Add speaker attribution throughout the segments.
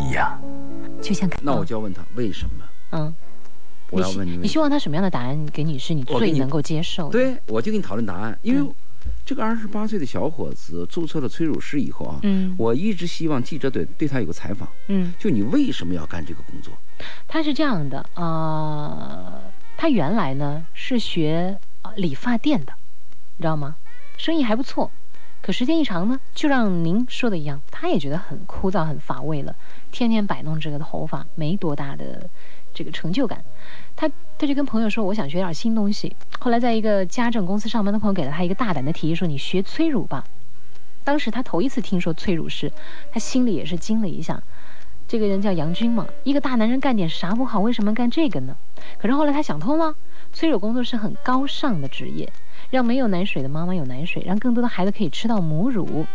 Speaker 1: 一样。
Speaker 2: 就像
Speaker 3: 那我就要问他为什么？
Speaker 2: 嗯，
Speaker 3: 我
Speaker 2: 你
Speaker 3: 要
Speaker 2: 希
Speaker 3: 问
Speaker 2: 你
Speaker 3: 为什
Speaker 2: 希望他什么样的答案给你是你
Speaker 3: 我给
Speaker 2: 最
Speaker 3: 你
Speaker 2: 能够接受
Speaker 3: 么？
Speaker 2: 的？，
Speaker 3: 对，我就跟你讨论答案，因为
Speaker 2: 嗯
Speaker 3: 这个二十八岁的小伙子注册了催乳师以后啊，
Speaker 2: 嗯，
Speaker 3: 我一直希望记者对对他有个采访，
Speaker 2: 嗯，
Speaker 3: 就你为什么要干这个工作？
Speaker 2: 他是这样的，呃，他原来呢是学呃理发店的，你知道吗？生意还不错，可时间一长呢，就让您说的一样，他也觉得很枯燥、很乏味了，天天摆弄这个头发，没多大的这个成就感。他他就跟朋友说，我想学点新东西。后来在一个家政公司上班的朋友给了他一个大胆的提议，说你学催乳吧。当时他头一次听说催乳师，他心里也是惊了一下。这个人叫杨军嘛，一个大男人干点啥不好，为什么干这个呢？可是后来他想通了，催乳工作是很高尚的职业，让没有奶水的妈妈有奶水，让更多的孩子可以吃到母乳。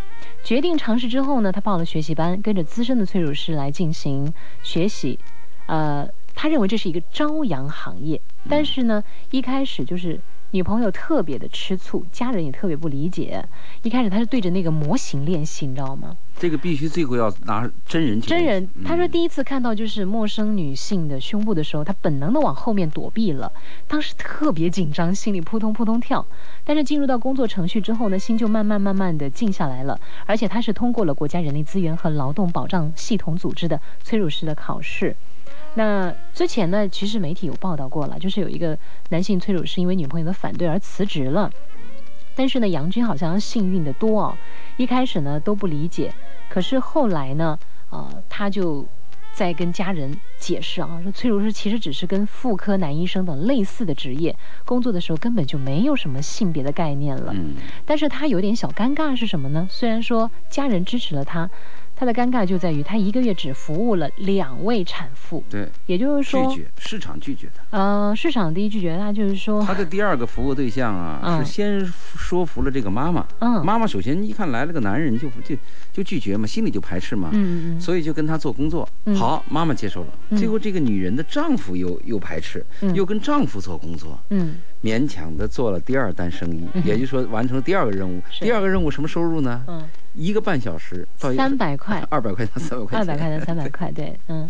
Speaker 2: 决定尝试之后呢，他报了学习班，跟着资深的催乳师来进行学习。呃，他认为这是一个朝阳行业，但是呢，一开始就是女朋友特别的吃醋，家人也特别不理解。一开始他是对着那个模型练习，你知道吗？
Speaker 3: 这个必须最后要拿真人去
Speaker 2: 真
Speaker 3: 练
Speaker 2: 人
Speaker 3: 习，
Speaker 2: 他说
Speaker 3: 嗯
Speaker 2: 第一次看到就是陌生女性的胸部的时候，他本能的往后面躲避了，当时特别紧张，心里扑通扑通跳。但是进入到工作程序之后呢，心就慢慢慢慢的静下来了，而且他是通过了国家人力资源和劳动保障系统组织的催乳师的考试。那之前呢，其实媒体有报道过了，就是有一个男性催乳师因为女朋友的反对而辞职了。但是呢，杨军好像要幸运的多哦，一开始呢都不理解，可是后来呢，呃，他就在跟家人解释啊，说催乳师其实只是跟妇科男医生等类似的职业，工作的时候根本就没有什么性别的概念了。
Speaker 3: 嗯，
Speaker 2: 但是他有点小尴尬是什么呢？虽然说家人支持了他，他的尴尬就在于他一个月只服务了两位产妇，
Speaker 3: 嗯对，
Speaker 2: 也就是
Speaker 3: 拒
Speaker 2: 说，
Speaker 3: 绝市场拒绝他。
Speaker 2: 呃，市场第一拒绝他就是说，
Speaker 3: 他的第二个服务对象啊，
Speaker 2: 哦嗯
Speaker 3: 是先说服了这个妈妈。
Speaker 2: 嗯
Speaker 3: 妈妈首先一看来了个男人就就就拒绝嘛，心里就排斥嘛，
Speaker 2: 嗯嗯
Speaker 3: 所以就跟他做工作。
Speaker 2: 嗯
Speaker 3: 好，妈妈接受了。
Speaker 2: 嗯
Speaker 3: 最后这个女人的丈夫又又排斥，
Speaker 2: 嗯
Speaker 3: 又跟丈夫做工作，
Speaker 2: 嗯
Speaker 3: 勉强的做了第二单生意，
Speaker 2: 嗯哼
Speaker 3: 也就是说完成了第二个任务。
Speaker 2: 是
Speaker 3: 第二个任务什么收入呢？
Speaker 2: 嗯
Speaker 3: 一个半小时到。
Speaker 2: 嗯，三百块
Speaker 3: 二百块 到三百块
Speaker 2: 二
Speaker 3: 钱。
Speaker 2: 百块钱，三百块，对，嗯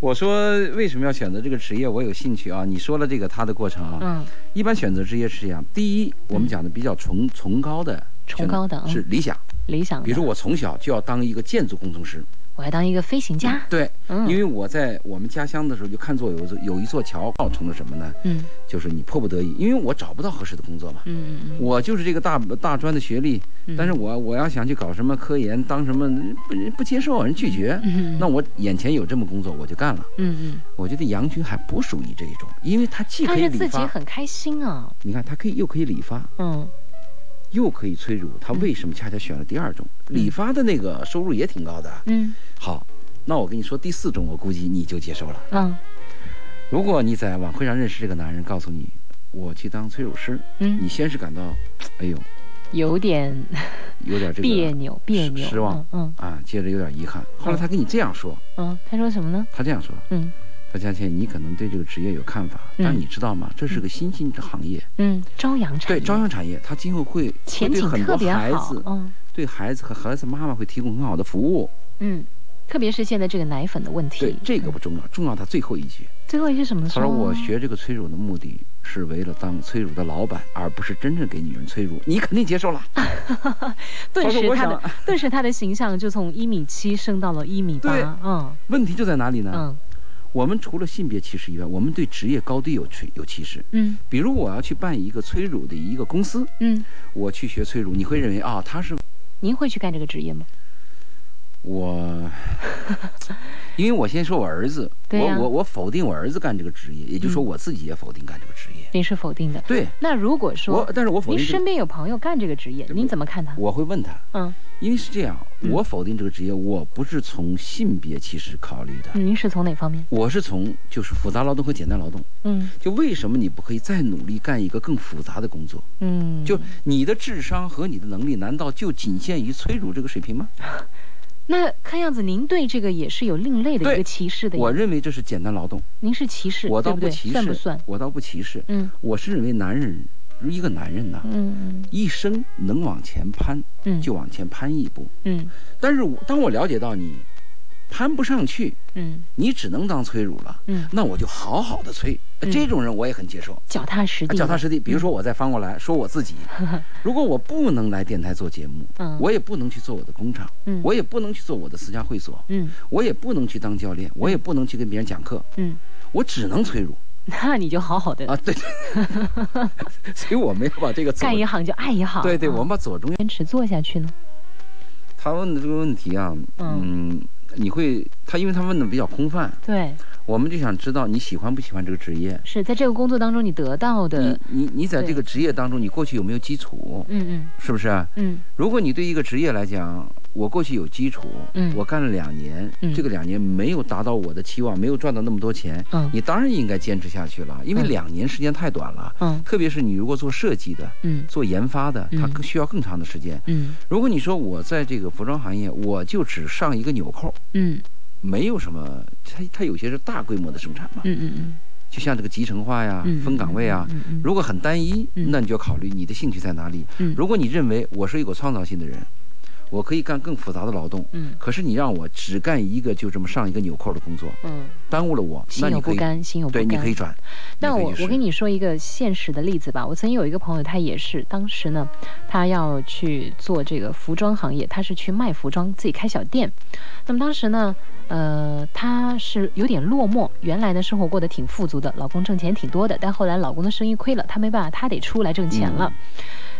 Speaker 3: 我说为什么要选择这个职业？我有兴趣啊。你说了这个他的过程啊，
Speaker 2: 嗯，
Speaker 3: 一般选择职业是这样：第一，我们讲的比较崇崇高的选择，
Speaker 2: 崇高的嗯
Speaker 3: 是理想。
Speaker 2: 理想的。
Speaker 3: 比如说，我从小就要当一个建筑工程师。
Speaker 2: 我要当一个飞行家，
Speaker 3: 对，
Speaker 2: 嗯，
Speaker 3: 因为我在我们家乡的时候就看作有一座有一座桥，造成了什么呢？
Speaker 2: 嗯
Speaker 3: 就是你迫不得已，因为我找不到合适的工作嘛。
Speaker 2: 嗯嗯嗯，
Speaker 3: 我就是这个大大专的学历，
Speaker 2: 嗯
Speaker 3: 但是我我要想去搞什么科研，当什么不不接受，人拒绝。
Speaker 2: 嗯
Speaker 3: 那我眼前有这么工作，我就干了。
Speaker 2: 嗯
Speaker 3: 我觉得杨军还不属于这一种，因为他既
Speaker 2: 嗯，
Speaker 3: 可
Speaker 2: 但
Speaker 3: 以
Speaker 2: 是
Speaker 3: 理
Speaker 2: 自己
Speaker 3: 发，
Speaker 2: 很开心啊，
Speaker 3: 你看他可以又可以理发，
Speaker 2: 嗯
Speaker 3: 又可以催乳，他为什么恰恰选了第二种？理发的那个收入也挺高的。
Speaker 2: 嗯
Speaker 3: 好，那我跟你说第四种，我估计你就接受了。
Speaker 2: 嗯
Speaker 3: 如果你在晚会上认识这个男人，告诉你我去当催乳师，你
Speaker 2: 嗯，
Speaker 3: 先是感到，哎呦，
Speaker 2: 有点
Speaker 3: 有点这个
Speaker 2: 别扭别扭，
Speaker 3: 失望
Speaker 2: 嗯
Speaker 3: 啊，接着有点遗憾。后来他跟你这样说，
Speaker 2: 嗯嗯，他说什么呢？
Speaker 3: 他这样说，
Speaker 2: 嗯
Speaker 3: 他佳倩，你可能对这个职业有看法，
Speaker 2: 嗯
Speaker 3: 但你知道吗？这是个新兴的行业，
Speaker 2: 嗯，朝阳产
Speaker 3: 对
Speaker 2: 业
Speaker 3: 朝阳产业，它今后会会
Speaker 2: 前
Speaker 3: 对
Speaker 2: 景
Speaker 3: 很
Speaker 2: 特
Speaker 3: 多
Speaker 2: 别
Speaker 3: 孩
Speaker 2: 好
Speaker 3: 子，、
Speaker 2: 嗯
Speaker 3: 对孩子和孩子妈妈会提供很好的服务。
Speaker 2: 嗯，特别是现在这个奶粉的问题，
Speaker 3: 对，这个不重要，重要他最后一句，
Speaker 2: 最后一句什么
Speaker 3: 他
Speaker 2: 说？啊
Speaker 3: 说我学这个催乳的目的是为了当催乳的老板，而不是真正给女人催乳。你肯定接受了，
Speaker 2: 嗯顿
Speaker 3: 他
Speaker 2: 时
Speaker 3: 说我
Speaker 2: 他
Speaker 3: 想
Speaker 2: 的顿时他的形象就从一米七升到了一米八
Speaker 3: 对，啊
Speaker 2: 嗯
Speaker 3: 问题就在哪里呢？
Speaker 2: 嗯
Speaker 3: 我们除了性别歧视以外，我们对职业高低有歧有歧视。
Speaker 2: 嗯
Speaker 3: 比如我要去办一个催乳的一个公司，
Speaker 2: 嗯，
Speaker 3: 我去学催乳，你会认为啊，他是
Speaker 2: 您会去干这个职业吗？
Speaker 3: 我， 因为我先说我儿子，
Speaker 2: 对呀
Speaker 3: 我我我否定我儿子干这个职业，也就是说
Speaker 2: 嗯
Speaker 3: 我自己也否定干这个职业。
Speaker 2: 您是否定的。
Speaker 3: 对，
Speaker 2: 那如果说
Speaker 3: 我但是我否
Speaker 2: 您
Speaker 3: 定这
Speaker 2: 身
Speaker 3: 个，
Speaker 2: 边有朋友干这个职业，
Speaker 3: 对
Speaker 2: 您怎么看他？
Speaker 3: 我会问他，
Speaker 2: 嗯，
Speaker 3: 因为是这样，
Speaker 2: 嗯
Speaker 3: 我否定这个职业，我不是从性别歧视考虑的，
Speaker 2: 嗯您是从哪方面？
Speaker 3: 我是从就是复杂劳动和简单劳动。
Speaker 2: 嗯
Speaker 3: 就为什么你不可以再努力干一个更复杂的工作？
Speaker 2: 嗯，
Speaker 3: 就你的智商和你的能力，难道就仅限于催乳这个水平吗？
Speaker 2: 那看样子您对这个也是有另类的
Speaker 3: 对
Speaker 2: 一个歧视的呀。
Speaker 3: 我认为这是简单劳动，
Speaker 2: 您是歧视，
Speaker 3: 我
Speaker 2: 对
Speaker 3: 倒
Speaker 2: 不对？
Speaker 3: 歧视，
Speaker 2: 算不算？
Speaker 3: 我倒不歧视，
Speaker 2: 嗯
Speaker 3: 我是认为男人，一个男人呐，
Speaker 2: 嗯
Speaker 3: 一生能往前攀
Speaker 2: 嗯
Speaker 3: 就往前攀一步。
Speaker 2: 嗯
Speaker 3: 但是我当我了解到你攀不上去，
Speaker 2: 嗯
Speaker 3: 你只能当催乳了。
Speaker 2: 嗯，
Speaker 3: 那我就好好的催，呃
Speaker 2: 嗯
Speaker 3: 这种人我也很接受，
Speaker 2: 脚踏实
Speaker 3: 啊
Speaker 2: 地，
Speaker 3: 脚踏实地。比如说我再翻过来说我自 己，
Speaker 2: 地，
Speaker 3: 如果我不能来电台做节目，
Speaker 2: 嗯，
Speaker 3: 我也不能去做我的工厂，
Speaker 2: 嗯
Speaker 3: 我也不能去做我的私家会所，
Speaker 2: 嗯
Speaker 3: 我也不能去当教练，我也不能去跟别人讲课，
Speaker 2: 嗯，
Speaker 3: 我只能催乳
Speaker 2: 那你就好好的
Speaker 3: 啊。对， 对所以我没有把这个左
Speaker 2: 干一行就爱一行，
Speaker 3: 对对，
Speaker 2: 啊
Speaker 3: 我们把左中右
Speaker 2: 坚持做下去呢，
Speaker 3: 他问的这个问题啊，
Speaker 2: 嗯
Speaker 3: 嗯，你会他因为他问的比较空泛，
Speaker 2: 对，
Speaker 3: 我们就想知道你喜欢不喜欢这个职业。
Speaker 2: 是在这个工作当中你得到的
Speaker 3: 你，你你在
Speaker 2: 对
Speaker 3: 这个职业当中，你过去有没有基础？
Speaker 2: 嗯
Speaker 3: 是不是？
Speaker 2: 嗯嗯
Speaker 3: 如果你对一个职业来讲，我过去有基础，
Speaker 2: 嗯
Speaker 3: 我干了两年，
Speaker 2: 嗯
Speaker 3: 这个两年没有达到我的期望，没有赚到那么多钱，
Speaker 2: 嗯
Speaker 3: 你当然应该坚持下去了，因为
Speaker 2: 嗯
Speaker 3: 两年时间太短了。
Speaker 2: 嗯
Speaker 3: 特别是你如果做设计的、
Speaker 2: 嗯
Speaker 3: 做研发的，它
Speaker 2: 嗯
Speaker 3: 更需要更长的时间。
Speaker 2: 嗯
Speaker 3: 如果你说我在这个服装行业，我就只上一个纽扣，
Speaker 2: 嗯
Speaker 3: 没有什么，它它有些是大规模的生产嘛，
Speaker 2: 嗯嗯
Speaker 3: 就像这个集成化呀、
Speaker 2: 嗯，
Speaker 3: 分岗位啊。
Speaker 2: 嗯，嗯
Speaker 3: 如果很单一，
Speaker 2: 嗯
Speaker 3: 那你就考虑你的兴趣在哪里。
Speaker 2: 嗯
Speaker 3: 如果你认为我是一个有创造性的人，我可以干更复杂的劳动，
Speaker 2: 嗯
Speaker 3: 可是你让我只干一个就这么上一个纽扣的工作，
Speaker 2: 嗯，
Speaker 3: 耽误了我，那
Speaker 2: 心
Speaker 3: 你
Speaker 2: 有
Speaker 3: 可
Speaker 2: 不
Speaker 3: 以
Speaker 2: 甘，心有哦不
Speaker 3: 对，
Speaker 2: 甘，
Speaker 3: 你可以转。
Speaker 2: 那我我
Speaker 3: 给
Speaker 2: 跟，你说一个现实的例子吧。我曾经有一个朋友，他也是当时呢，他要去做这个服装行业，他是去卖服装，自己开小店。那么当时呢，呃，他是有点落寞。原来呢，生活过得挺富足的，老公挣钱挺多的，但后来老公的生意亏了，他没办法，他得出来挣钱了。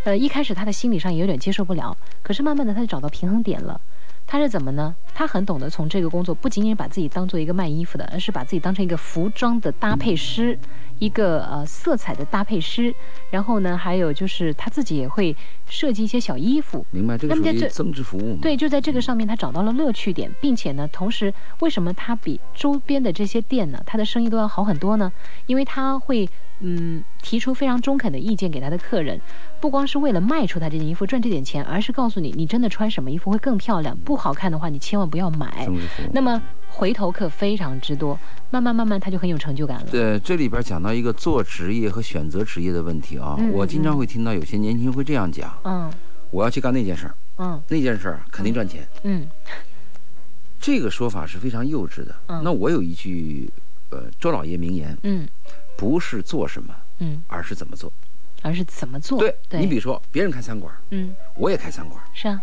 Speaker 2: 呃，一开始他的心理上也有点接受不了，可是慢慢的他就找到平衡点了。他是怎么呢？他很懂得从这个工作不仅仅把自己当做一个卖衣服的，而是把自己当成一个服装的搭配师，一个呃色彩的搭配师。然后呢，还有就是他自己也会设计一些小衣服。
Speaker 3: 明白这个属
Speaker 2: 那么在
Speaker 3: 于
Speaker 2: 这
Speaker 3: 增值服务嘛？
Speaker 2: 对，就在这个上面，他找到了乐趣点，并且呢，同时为什么他比周边的这些店呢，他的生意都要好很多呢？因为他会嗯提出非常中肯的意见给他的客人，不光是为了卖出他这件衣服赚这点钱，而是告诉你，你真的穿什么衣服会更漂亮，不好看的话你千万不要买。
Speaker 3: 增值服务。
Speaker 2: 那么回头客非常之多，慢慢慢慢他就很有成就感了。
Speaker 3: 呃，这里边讲到一个做职业和选择职业的问题啊，
Speaker 2: 嗯
Speaker 3: 我经常
Speaker 2: 嗯
Speaker 3: 会听到有些年轻人会这样讲：
Speaker 2: 嗯
Speaker 3: 我要去干那件事儿，
Speaker 2: 嗯
Speaker 3: 那件事儿肯定赚钱。
Speaker 2: 嗯
Speaker 3: 这个说法是非常幼稚的。
Speaker 2: 嗯
Speaker 3: 那我有一句，呃，周老爷名言，
Speaker 2: 嗯
Speaker 3: 不是做什么，
Speaker 2: 嗯，
Speaker 3: 而是怎么做。
Speaker 2: 而是怎么做？
Speaker 3: 对你比
Speaker 2: 对，
Speaker 3: 如说，别人开餐馆，
Speaker 2: 嗯
Speaker 3: 我也开餐馆，
Speaker 2: 是啊，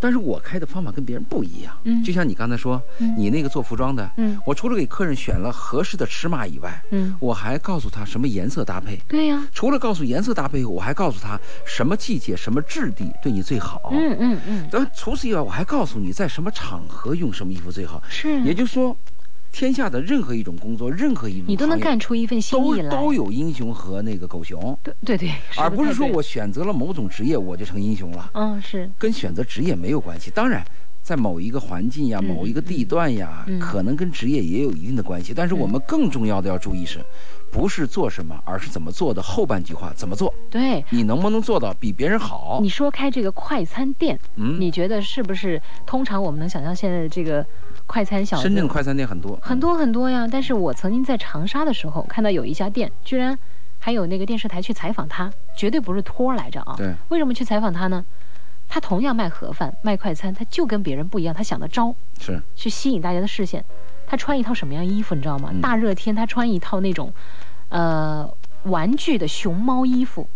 Speaker 3: 但是我开的方法跟别人不一样。
Speaker 2: 嗯
Speaker 3: 就像你刚才说，
Speaker 2: 嗯
Speaker 3: 你那个做服装的，
Speaker 2: 嗯
Speaker 3: 我除了给客人选了合适的尺码以外，
Speaker 2: 嗯，
Speaker 3: 我还告诉他什么颜色搭配。
Speaker 2: 对呀、
Speaker 3: 除了告诉颜色搭配，我还告诉他什么季节、什么质地对你最好。
Speaker 2: 嗯嗯嗯，
Speaker 3: 然后除此以外，我还告诉你在什么场合用什么衣服最好。
Speaker 2: 是啊，
Speaker 3: 也就是说，天下的任何一种工作，任何一种
Speaker 2: 你都能
Speaker 3: 行业
Speaker 2: 干出一份心
Speaker 3: 都
Speaker 2: 意来，
Speaker 3: 都有英雄和那个狗熊，
Speaker 2: 对对对，说
Speaker 3: 而
Speaker 2: 得
Speaker 3: 不是
Speaker 2: 太
Speaker 3: 说
Speaker 2: 对
Speaker 3: 我选择了某种职业我就成英雄了，
Speaker 2: 嗯是
Speaker 3: 跟选择职业没有关系。当然。在某一个环境呀，
Speaker 2: 嗯
Speaker 3: 某一个地段呀，
Speaker 2: 嗯
Speaker 3: 可能跟职业也有一定的关系。但是我们更重要的要注意是，不是做什么，而是怎么做的后半句话怎么做。
Speaker 2: 对。
Speaker 3: 你能不能做到比别人好
Speaker 2: 你？说开这个快餐店，
Speaker 3: 哦嗯，
Speaker 2: 你觉得是不是？通常我们能想象现在的这个快餐小
Speaker 3: 深圳
Speaker 2: 子
Speaker 3: 快餐店很多
Speaker 2: 很多很多呀。但是我曾经在长沙的时候看到有一家店，居然还有那个电视台去采访他，绝对不是托儿来着啊。
Speaker 3: 对，
Speaker 2: 为什么去采访他呢？他同样卖盒饭、卖快餐，他就跟别人不一样，他想的招
Speaker 3: 是
Speaker 2: 去吸引大家的视线。他穿一套什么样衣服，你知道吗？
Speaker 3: 嗯
Speaker 2: 大热天他穿一套那种，呃，玩具的熊猫衣服。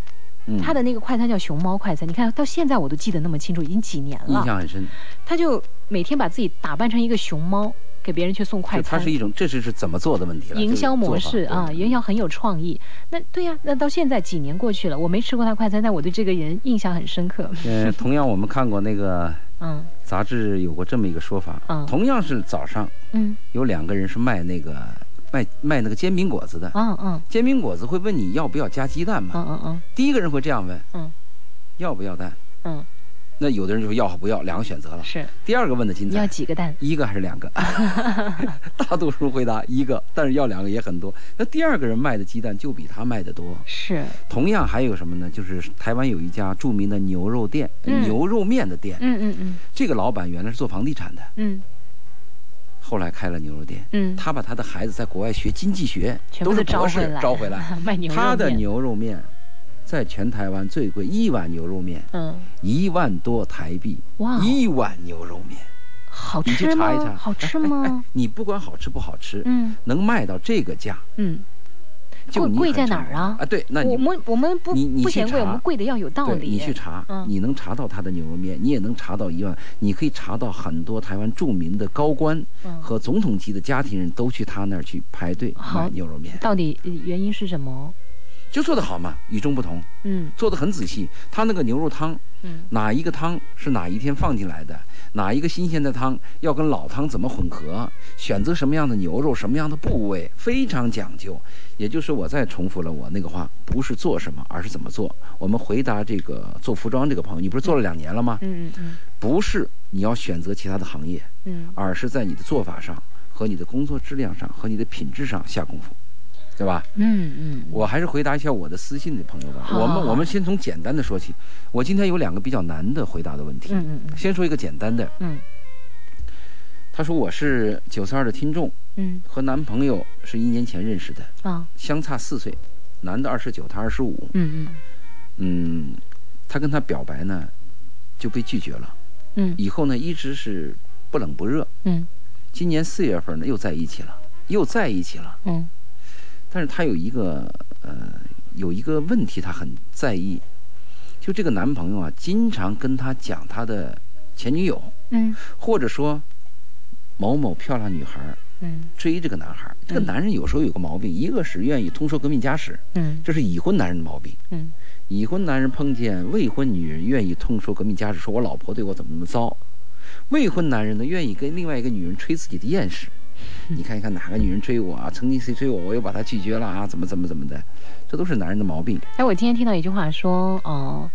Speaker 3: 嗯
Speaker 2: 他的那个快餐叫熊猫快餐，你看到现在我都记得那么清楚，已经几年
Speaker 3: 印
Speaker 2: 了。
Speaker 3: 象很深。
Speaker 2: 他就每天把自己打扮成一个熊猫，给别人去送快
Speaker 3: 就它
Speaker 2: 餐。
Speaker 3: 是一种，这是是怎么做的问题了。
Speaker 2: 营销模
Speaker 3: 这
Speaker 2: 式
Speaker 3: 个做法
Speaker 2: 啊，
Speaker 3: 对
Speaker 2: 营销很有创意。那对呀、那到现在几年过去了，我没吃过他快餐，但我对这个人印象很深刻。
Speaker 3: 呃，同样我们看过那个
Speaker 2: 嗯
Speaker 3: 杂志有过这么一个说法，
Speaker 2: 嗯
Speaker 3: 同样是早上
Speaker 2: 嗯
Speaker 3: 有两个人是卖那个卖卖那个煎饼果子的，
Speaker 2: 嗯嗯
Speaker 3: 煎饼果子会问你要不要加鸡蛋吗？
Speaker 2: 嗯嗯嗯
Speaker 3: 第一个人会这样问，
Speaker 2: 嗯，
Speaker 3: 要不要蛋？
Speaker 2: 嗯，
Speaker 3: 那有的人就说要和不要，两个选择了。
Speaker 2: 是
Speaker 3: 第二个问的精
Speaker 2: 你要
Speaker 3: 彩，
Speaker 2: 几个蛋？
Speaker 3: 一个还是两 个？ 大多数回答一个，但是要两个也很多。那第二个人卖的鸡蛋就比他卖的多。
Speaker 2: 是
Speaker 3: 同样还有什么呢？就是台湾有一家著名的牛肉店、
Speaker 2: 嗯
Speaker 3: 牛肉面的店，
Speaker 2: 嗯嗯嗯
Speaker 3: 这个老板原来是做房地产的，
Speaker 2: 嗯
Speaker 3: 后来开了牛肉店。
Speaker 2: 嗯，
Speaker 3: 他把他的孩子在国外学经济学，
Speaker 2: 全部
Speaker 3: 都
Speaker 2: 都
Speaker 3: 是博
Speaker 2: 回
Speaker 3: 士
Speaker 2: 来，
Speaker 3: 招回来。
Speaker 2: 卖牛肉
Speaker 3: 他的
Speaker 2: 面
Speaker 3: 牛肉面，在全台湾最贵，一碗牛肉面
Speaker 2: 嗯
Speaker 3: 一万多台币，
Speaker 2: 哇哦
Speaker 3: 一碗牛肉面，
Speaker 2: 好
Speaker 3: 你去
Speaker 2: 吃
Speaker 3: 查一
Speaker 2: 吗？
Speaker 3: 查，
Speaker 2: 好吃
Speaker 3: 哎哎哎
Speaker 2: 吗？
Speaker 3: 你不管好吃不好吃，
Speaker 2: 嗯
Speaker 3: 能卖到这个价，
Speaker 2: 嗯，
Speaker 3: 就
Speaker 2: 贵
Speaker 3: 你
Speaker 2: 贵
Speaker 3: 很
Speaker 2: 在哪
Speaker 3: 成
Speaker 2: 儿
Speaker 3: 功
Speaker 2: 啊
Speaker 3: 啊，？对，那你
Speaker 2: 我们我们不
Speaker 3: 你你
Speaker 2: 不
Speaker 3: 去
Speaker 2: 嫌贵，我
Speaker 3: 查
Speaker 2: 们贵的要有道
Speaker 3: 对
Speaker 2: 理。
Speaker 3: 你去查，
Speaker 2: 嗯
Speaker 3: 你能查到他的牛肉面，你也能查到一万，你可以查到很多台湾著名的高官
Speaker 2: 嗯
Speaker 3: 和总统级的家庭人都去他那儿去排队
Speaker 2: 好
Speaker 3: 买牛肉面，
Speaker 2: 到底呃原因是什么？
Speaker 3: 就做得好嘛，与众不同，
Speaker 2: 嗯
Speaker 3: 做得很仔细。他那个牛肉汤，
Speaker 2: 嗯
Speaker 3: 哪一个汤是哪一天放进来的，哪一个新鲜的汤要跟老汤怎么混合，选择什么样的牛肉，什么样的部位，非常讲究。也就是我再重复了我那个话，不是做什么，而是怎么做。我们回答这个做服装这个朋友，你不是做了两年了吗？
Speaker 2: 嗯嗯
Speaker 3: 不是你要选择其他的行业，
Speaker 2: 嗯
Speaker 3: 而是在你的做法上和你的工作质量上和你的品质上下功夫，对吧？
Speaker 2: 嗯嗯嗯，
Speaker 3: 我还是回答一下我的私信的朋友吧。
Speaker 2: 好
Speaker 3: 我
Speaker 2: 好
Speaker 3: 们
Speaker 2: 好
Speaker 3: 我们先从简单的说起。我今天有两个比较难的回答的问题，
Speaker 2: 嗯嗯
Speaker 3: 先说一个简单的。
Speaker 2: 嗯
Speaker 3: 他说我是九四二的听众，
Speaker 2: 嗯
Speaker 3: 和男朋友是一年前认识的，
Speaker 2: 嗯啊
Speaker 3: 相差四岁，男的二十九，他二十五。
Speaker 2: 嗯嗯
Speaker 3: 嗯，他跟他表白呢，就被拒绝了。
Speaker 2: 嗯
Speaker 3: 以后呢，一直是不冷不热。
Speaker 2: 嗯
Speaker 3: 今年四月份呢，又在一起了，又在一起了。
Speaker 2: 嗯
Speaker 3: 但是她有一个呃，有一个问题，她很在意，就这个男朋友啊，经常跟她讲她的前女友，
Speaker 2: 嗯
Speaker 3: 或者说某某漂亮女孩
Speaker 2: 嗯
Speaker 3: 追这个男孩。这个
Speaker 2: 嗯
Speaker 3: 男人有时候有个毛病，一个是愿意通说革命家史，
Speaker 2: 嗯
Speaker 3: 这是已婚男人的毛病。
Speaker 2: 嗯
Speaker 3: 已婚男人碰见未婚女人，愿意痛说革命家史，说我老婆对我怎么怎么糟；未婚男人呢，愿意跟另外一个女人吹自己的艳史。你看一看哪个女人追我啊？曾经谁追我，我又把她拒绝了啊？怎么怎么怎么的？这都是男人的毛病。
Speaker 2: 哎，我今天听到一句话说，哦、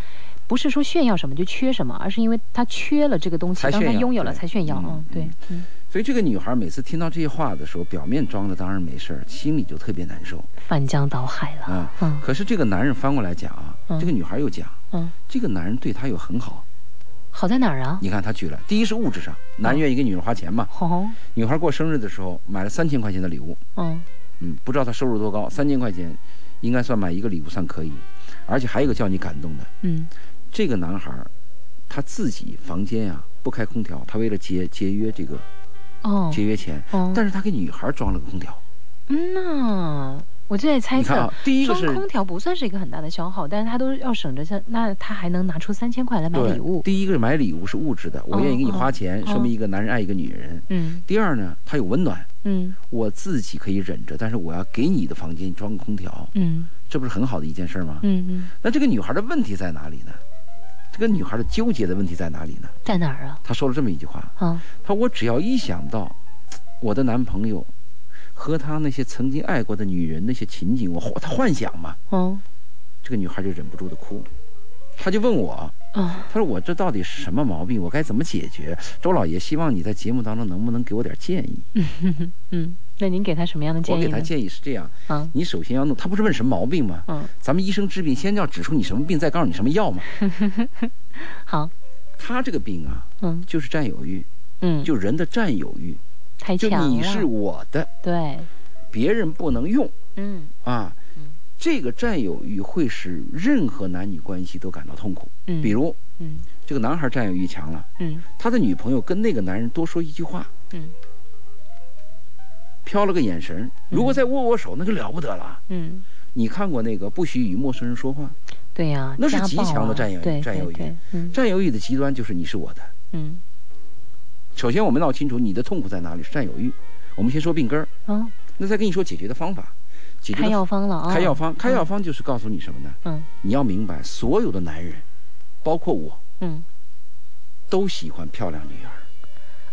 Speaker 2: 不是说炫耀什么就缺什么，而是因为他缺了这个东西，
Speaker 3: 才
Speaker 2: 当他
Speaker 3: 炫耀
Speaker 2: 拥有了
Speaker 3: 对
Speaker 2: 才炫耀。嗯
Speaker 3: 嗯，
Speaker 2: 对，嗯，
Speaker 3: 所以这个女孩每次听到这些话的时候，表面装的当然没事儿，心里就特别难受
Speaker 2: 翻江倒海了。
Speaker 3: 啊。
Speaker 2: 嗯
Speaker 3: 可是这个男人翻过来讲啊，
Speaker 2: 嗯
Speaker 3: 这个女孩又讲，
Speaker 2: 嗯，
Speaker 3: 这个男人对她又很好。
Speaker 2: 好在哪儿啊？
Speaker 3: 你看他举了，第一是物质上，男人愿意给女人花钱嘛。
Speaker 2: 哦，
Speaker 3: 女孩过生日的时候买了三千块钱的礼物，
Speaker 2: 嗯
Speaker 3: 嗯，不知道他收入多高，三千块钱，应该算买一个礼物算可以。而且还有一个叫你感动的，
Speaker 2: 嗯
Speaker 3: 这个男孩儿，他自己房间呀、不开空调，他为了节节约这个
Speaker 2: 哦
Speaker 3: 节约钱，
Speaker 2: 哦，
Speaker 3: 但是他给女孩装了个空调。
Speaker 2: 嗯呐、我就在猜
Speaker 3: 你看
Speaker 2: 测
Speaker 3: 啊。，第一个
Speaker 2: 哎装
Speaker 3: 是
Speaker 2: 空调不算是一个很大的消耗，但是他都要省着像，那他还能拿出三千块来买
Speaker 3: 对
Speaker 2: 礼物。
Speaker 3: 第一个是买礼物是物质的，我愿意给你花钱，
Speaker 2: 哦
Speaker 3: 说明一个男人爱一个女人。
Speaker 2: 嗯
Speaker 3: 第二呢，他有温暖，
Speaker 2: 嗯
Speaker 3: 我自己可以忍着，但是我要给你的房间装空调，
Speaker 2: 嗯
Speaker 3: 这不是很好的一件事儿吗？
Speaker 2: 嗯嗯，
Speaker 3: 那这个女孩的问题在哪里呢？这个女孩的纠结的问题在哪里呢？
Speaker 2: 在哪儿啊？
Speaker 3: 她说了这么一句话，
Speaker 2: 啊，
Speaker 3: 她说我只要一想到我的男朋友和他那些曾经爱过的女人那些情景，我她幻想嘛，
Speaker 2: 哦
Speaker 3: 这个女孩就忍不住的哭，她就问我，
Speaker 2: 哦，
Speaker 3: 她说我这到底是什么毛病？我该怎么解决？周老爷，希望你在节目当中能不能给我点建议？
Speaker 2: 嗯，那您给他什么样的
Speaker 3: 我
Speaker 2: 建议
Speaker 3: 给
Speaker 2: 呢？
Speaker 3: 她建议是这样，
Speaker 2: 啊
Speaker 3: 你首先要弄，她不是问什么毛病吗？
Speaker 2: 嗯，
Speaker 3: 咱们医生治病，先要指出你什么病，再告诉你什么药嘛。
Speaker 2: 好，
Speaker 3: 她这个病啊，
Speaker 2: 嗯
Speaker 3: 就是占有欲，
Speaker 2: 嗯，
Speaker 3: 就人的占有欲，
Speaker 2: 太
Speaker 3: 就
Speaker 2: 嗯强啊了。
Speaker 3: 你是我的，
Speaker 2: 对，
Speaker 3: 别人不能用
Speaker 2: 嗯
Speaker 3: 啊
Speaker 2: 嗯。
Speaker 3: 这个占有欲会使任何男女关系都感到痛苦。
Speaker 2: 嗯，
Speaker 3: 比如
Speaker 2: 嗯
Speaker 3: 这个男孩占有欲强了，
Speaker 2: 嗯
Speaker 3: 他的女朋友跟那个男人多说一句话，
Speaker 2: 嗯
Speaker 3: 飘了个眼神，如果再握握手，那就了不得了。
Speaker 2: 嗯，
Speaker 3: 你看过那个不许与陌生人说话？
Speaker 2: 对呀，
Speaker 3: 那是
Speaker 2: 家
Speaker 3: 极
Speaker 2: 暴
Speaker 3: 强的
Speaker 2: 啊
Speaker 3: 占有欲
Speaker 2: 对
Speaker 3: 占
Speaker 2: 对
Speaker 3: 有欲
Speaker 2: 对嗯
Speaker 3: 占有欲的极端就是你是我的。
Speaker 2: 嗯
Speaker 3: 首先我们闹清楚你的痛苦在哪里，是占有欲。我们先说病根儿，
Speaker 2: 啊，
Speaker 3: 那再跟你说解决的方法。解决
Speaker 2: 开
Speaker 3: 的
Speaker 2: 药方了啊，
Speaker 3: 开药方，开药方就是告诉你什么呢？
Speaker 2: 嗯
Speaker 3: 你要明白，所有的男人，包括我，
Speaker 2: 嗯，
Speaker 3: 都喜欢漂亮女儿。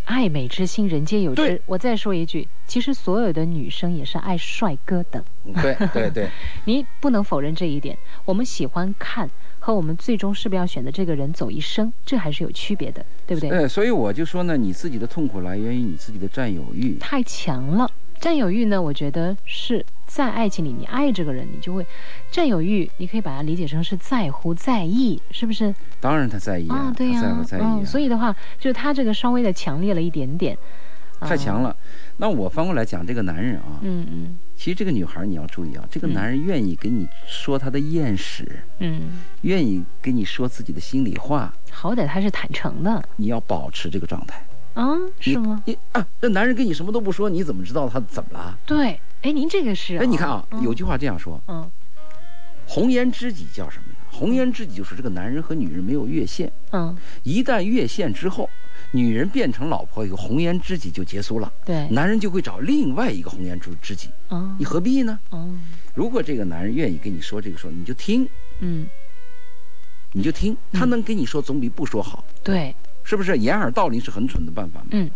Speaker 2: 爱美之心，人皆有之
Speaker 3: 对。
Speaker 2: 我再说一句，其实所有的女生也是爱帅哥的，
Speaker 3: 对对对，
Speaker 2: 你不能否认这一点。我们喜欢看和我们最终是不是要选择这个人走一生，这还是有区别的， 对不对？
Speaker 3: 呃，所以我就说呢，你自己的痛苦来源于你自己的占有欲。
Speaker 2: 太强了。占有欲呢，我觉得是在爱情里，你爱这个人，你就会占有欲，你可以把它理解成是在乎、在意，是不是？
Speaker 3: 当然他在意
Speaker 2: 啊，对
Speaker 3: 他
Speaker 2: 呀、
Speaker 3: 在不在意啊？
Speaker 2: 嗯，所以的话，就是他这个稍微的强烈了一点点，啊
Speaker 3: 太强。了。那我翻过来讲这个男人啊，
Speaker 2: 嗯嗯
Speaker 3: 其实这个女孩你要注意啊，这个
Speaker 2: 嗯
Speaker 3: 男人愿意跟你说他的艳史，
Speaker 2: 嗯，
Speaker 3: 愿意跟你说自己的心里话，
Speaker 2: 好歹他是坦诚的，
Speaker 3: 你要保持这个状态。
Speaker 2: 啊，是吗？
Speaker 3: 你啊，那男人跟你什么都不说，你怎么知道他怎么了？啊
Speaker 2: 对，哎，您这个是、
Speaker 3: 哎，你看啊，
Speaker 2: 嗯
Speaker 3: 有句话这样说：
Speaker 2: 嗯
Speaker 3: 红颜知己叫什么呢？红颜知己就是这个男人和女人没有越线，
Speaker 2: 嗯，
Speaker 3: 一旦越线之后，女人变成老婆以后，红颜知己就结束了，
Speaker 2: 对，
Speaker 3: 男人就会找另外一个红颜知知己，
Speaker 2: 嗯
Speaker 3: 你何必呢？
Speaker 2: 嗯
Speaker 3: 如果这个男人愿意跟你说这个说，你就听，
Speaker 2: 嗯，
Speaker 3: 你就听，他
Speaker 2: 嗯
Speaker 3: 能跟你说总比不说好，
Speaker 2: 对，
Speaker 3: 是不是？掩耳盗铃是很蠢的办法嘛。
Speaker 2: 嗯。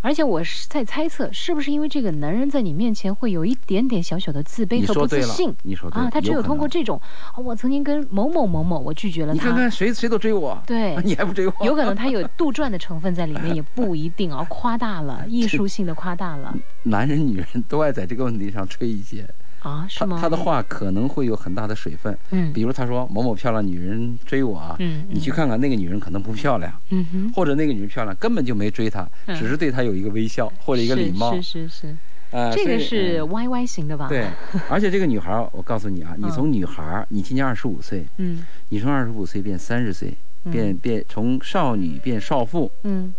Speaker 2: 而且我是在猜测，是不是因为这个男人在你面前会有一点点小小的自卑
Speaker 3: 你
Speaker 2: 和不
Speaker 3: 说对
Speaker 2: 自
Speaker 3: 了
Speaker 2: 信，
Speaker 3: 你说对
Speaker 2: 啊
Speaker 3: 了，
Speaker 2: 他只
Speaker 3: 有
Speaker 2: 有
Speaker 3: 可
Speaker 2: 通过
Speaker 3: 能
Speaker 2: 这种，啊我曾经跟某某某某，我拒绝了
Speaker 3: 你
Speaker 2: 他，
Speaker 3: 看看谁谁都追我，
Speaker 2: 对
Speaker 3: 你还不追我？
Speaker 2: 有可能他有杜撰的成分在里面，也不一定啊，夸大了，艺术性的夸大了
Speaker 3: 男人女人都爱在这个问题上吹一些，
Speaker 2: 啊，是
Speaker 3: 他
Speaker 2: 吗？
Speaker 3: 他的话可能会有很大的水分，
Speaker 2: 嗯
Speaker 3: 比如他说某某漂亮女人追我啊，
Speaker 2: 嗯，
Speaker 3: 你去
Speaker 2: 嗯
Speaker 3: 看看那个女人可能不漂亮，
Speaker 2: 嗯哼，
Speaker 3: 或者那个女人漂亮根本就没追他，
Speaker 2: 嗯
Speaker 3: 只是对他有一个微笑或者一个
Speaker 2: 是
Speaker 3: 礼貌
Speaker 2: 是，是是，
Speaker 3: 呃，
Speaker 2: 这个
Speaker 3: 所以
Speaker 2: 是
Speaker 3: 嗯
Speaker 2: Y Y 型的吧？
Speaker 3: 对，而且这个女孩儿，我告诉你啊，你从女孩儿，你今年二十五岁，
Speaker 2: 嗯
Speaker 3: 你从二十五岁变三十岁，
Speaker 2: 嗯
Speaker 3: 变变从少女变少妇，
Speaker 2: 嗯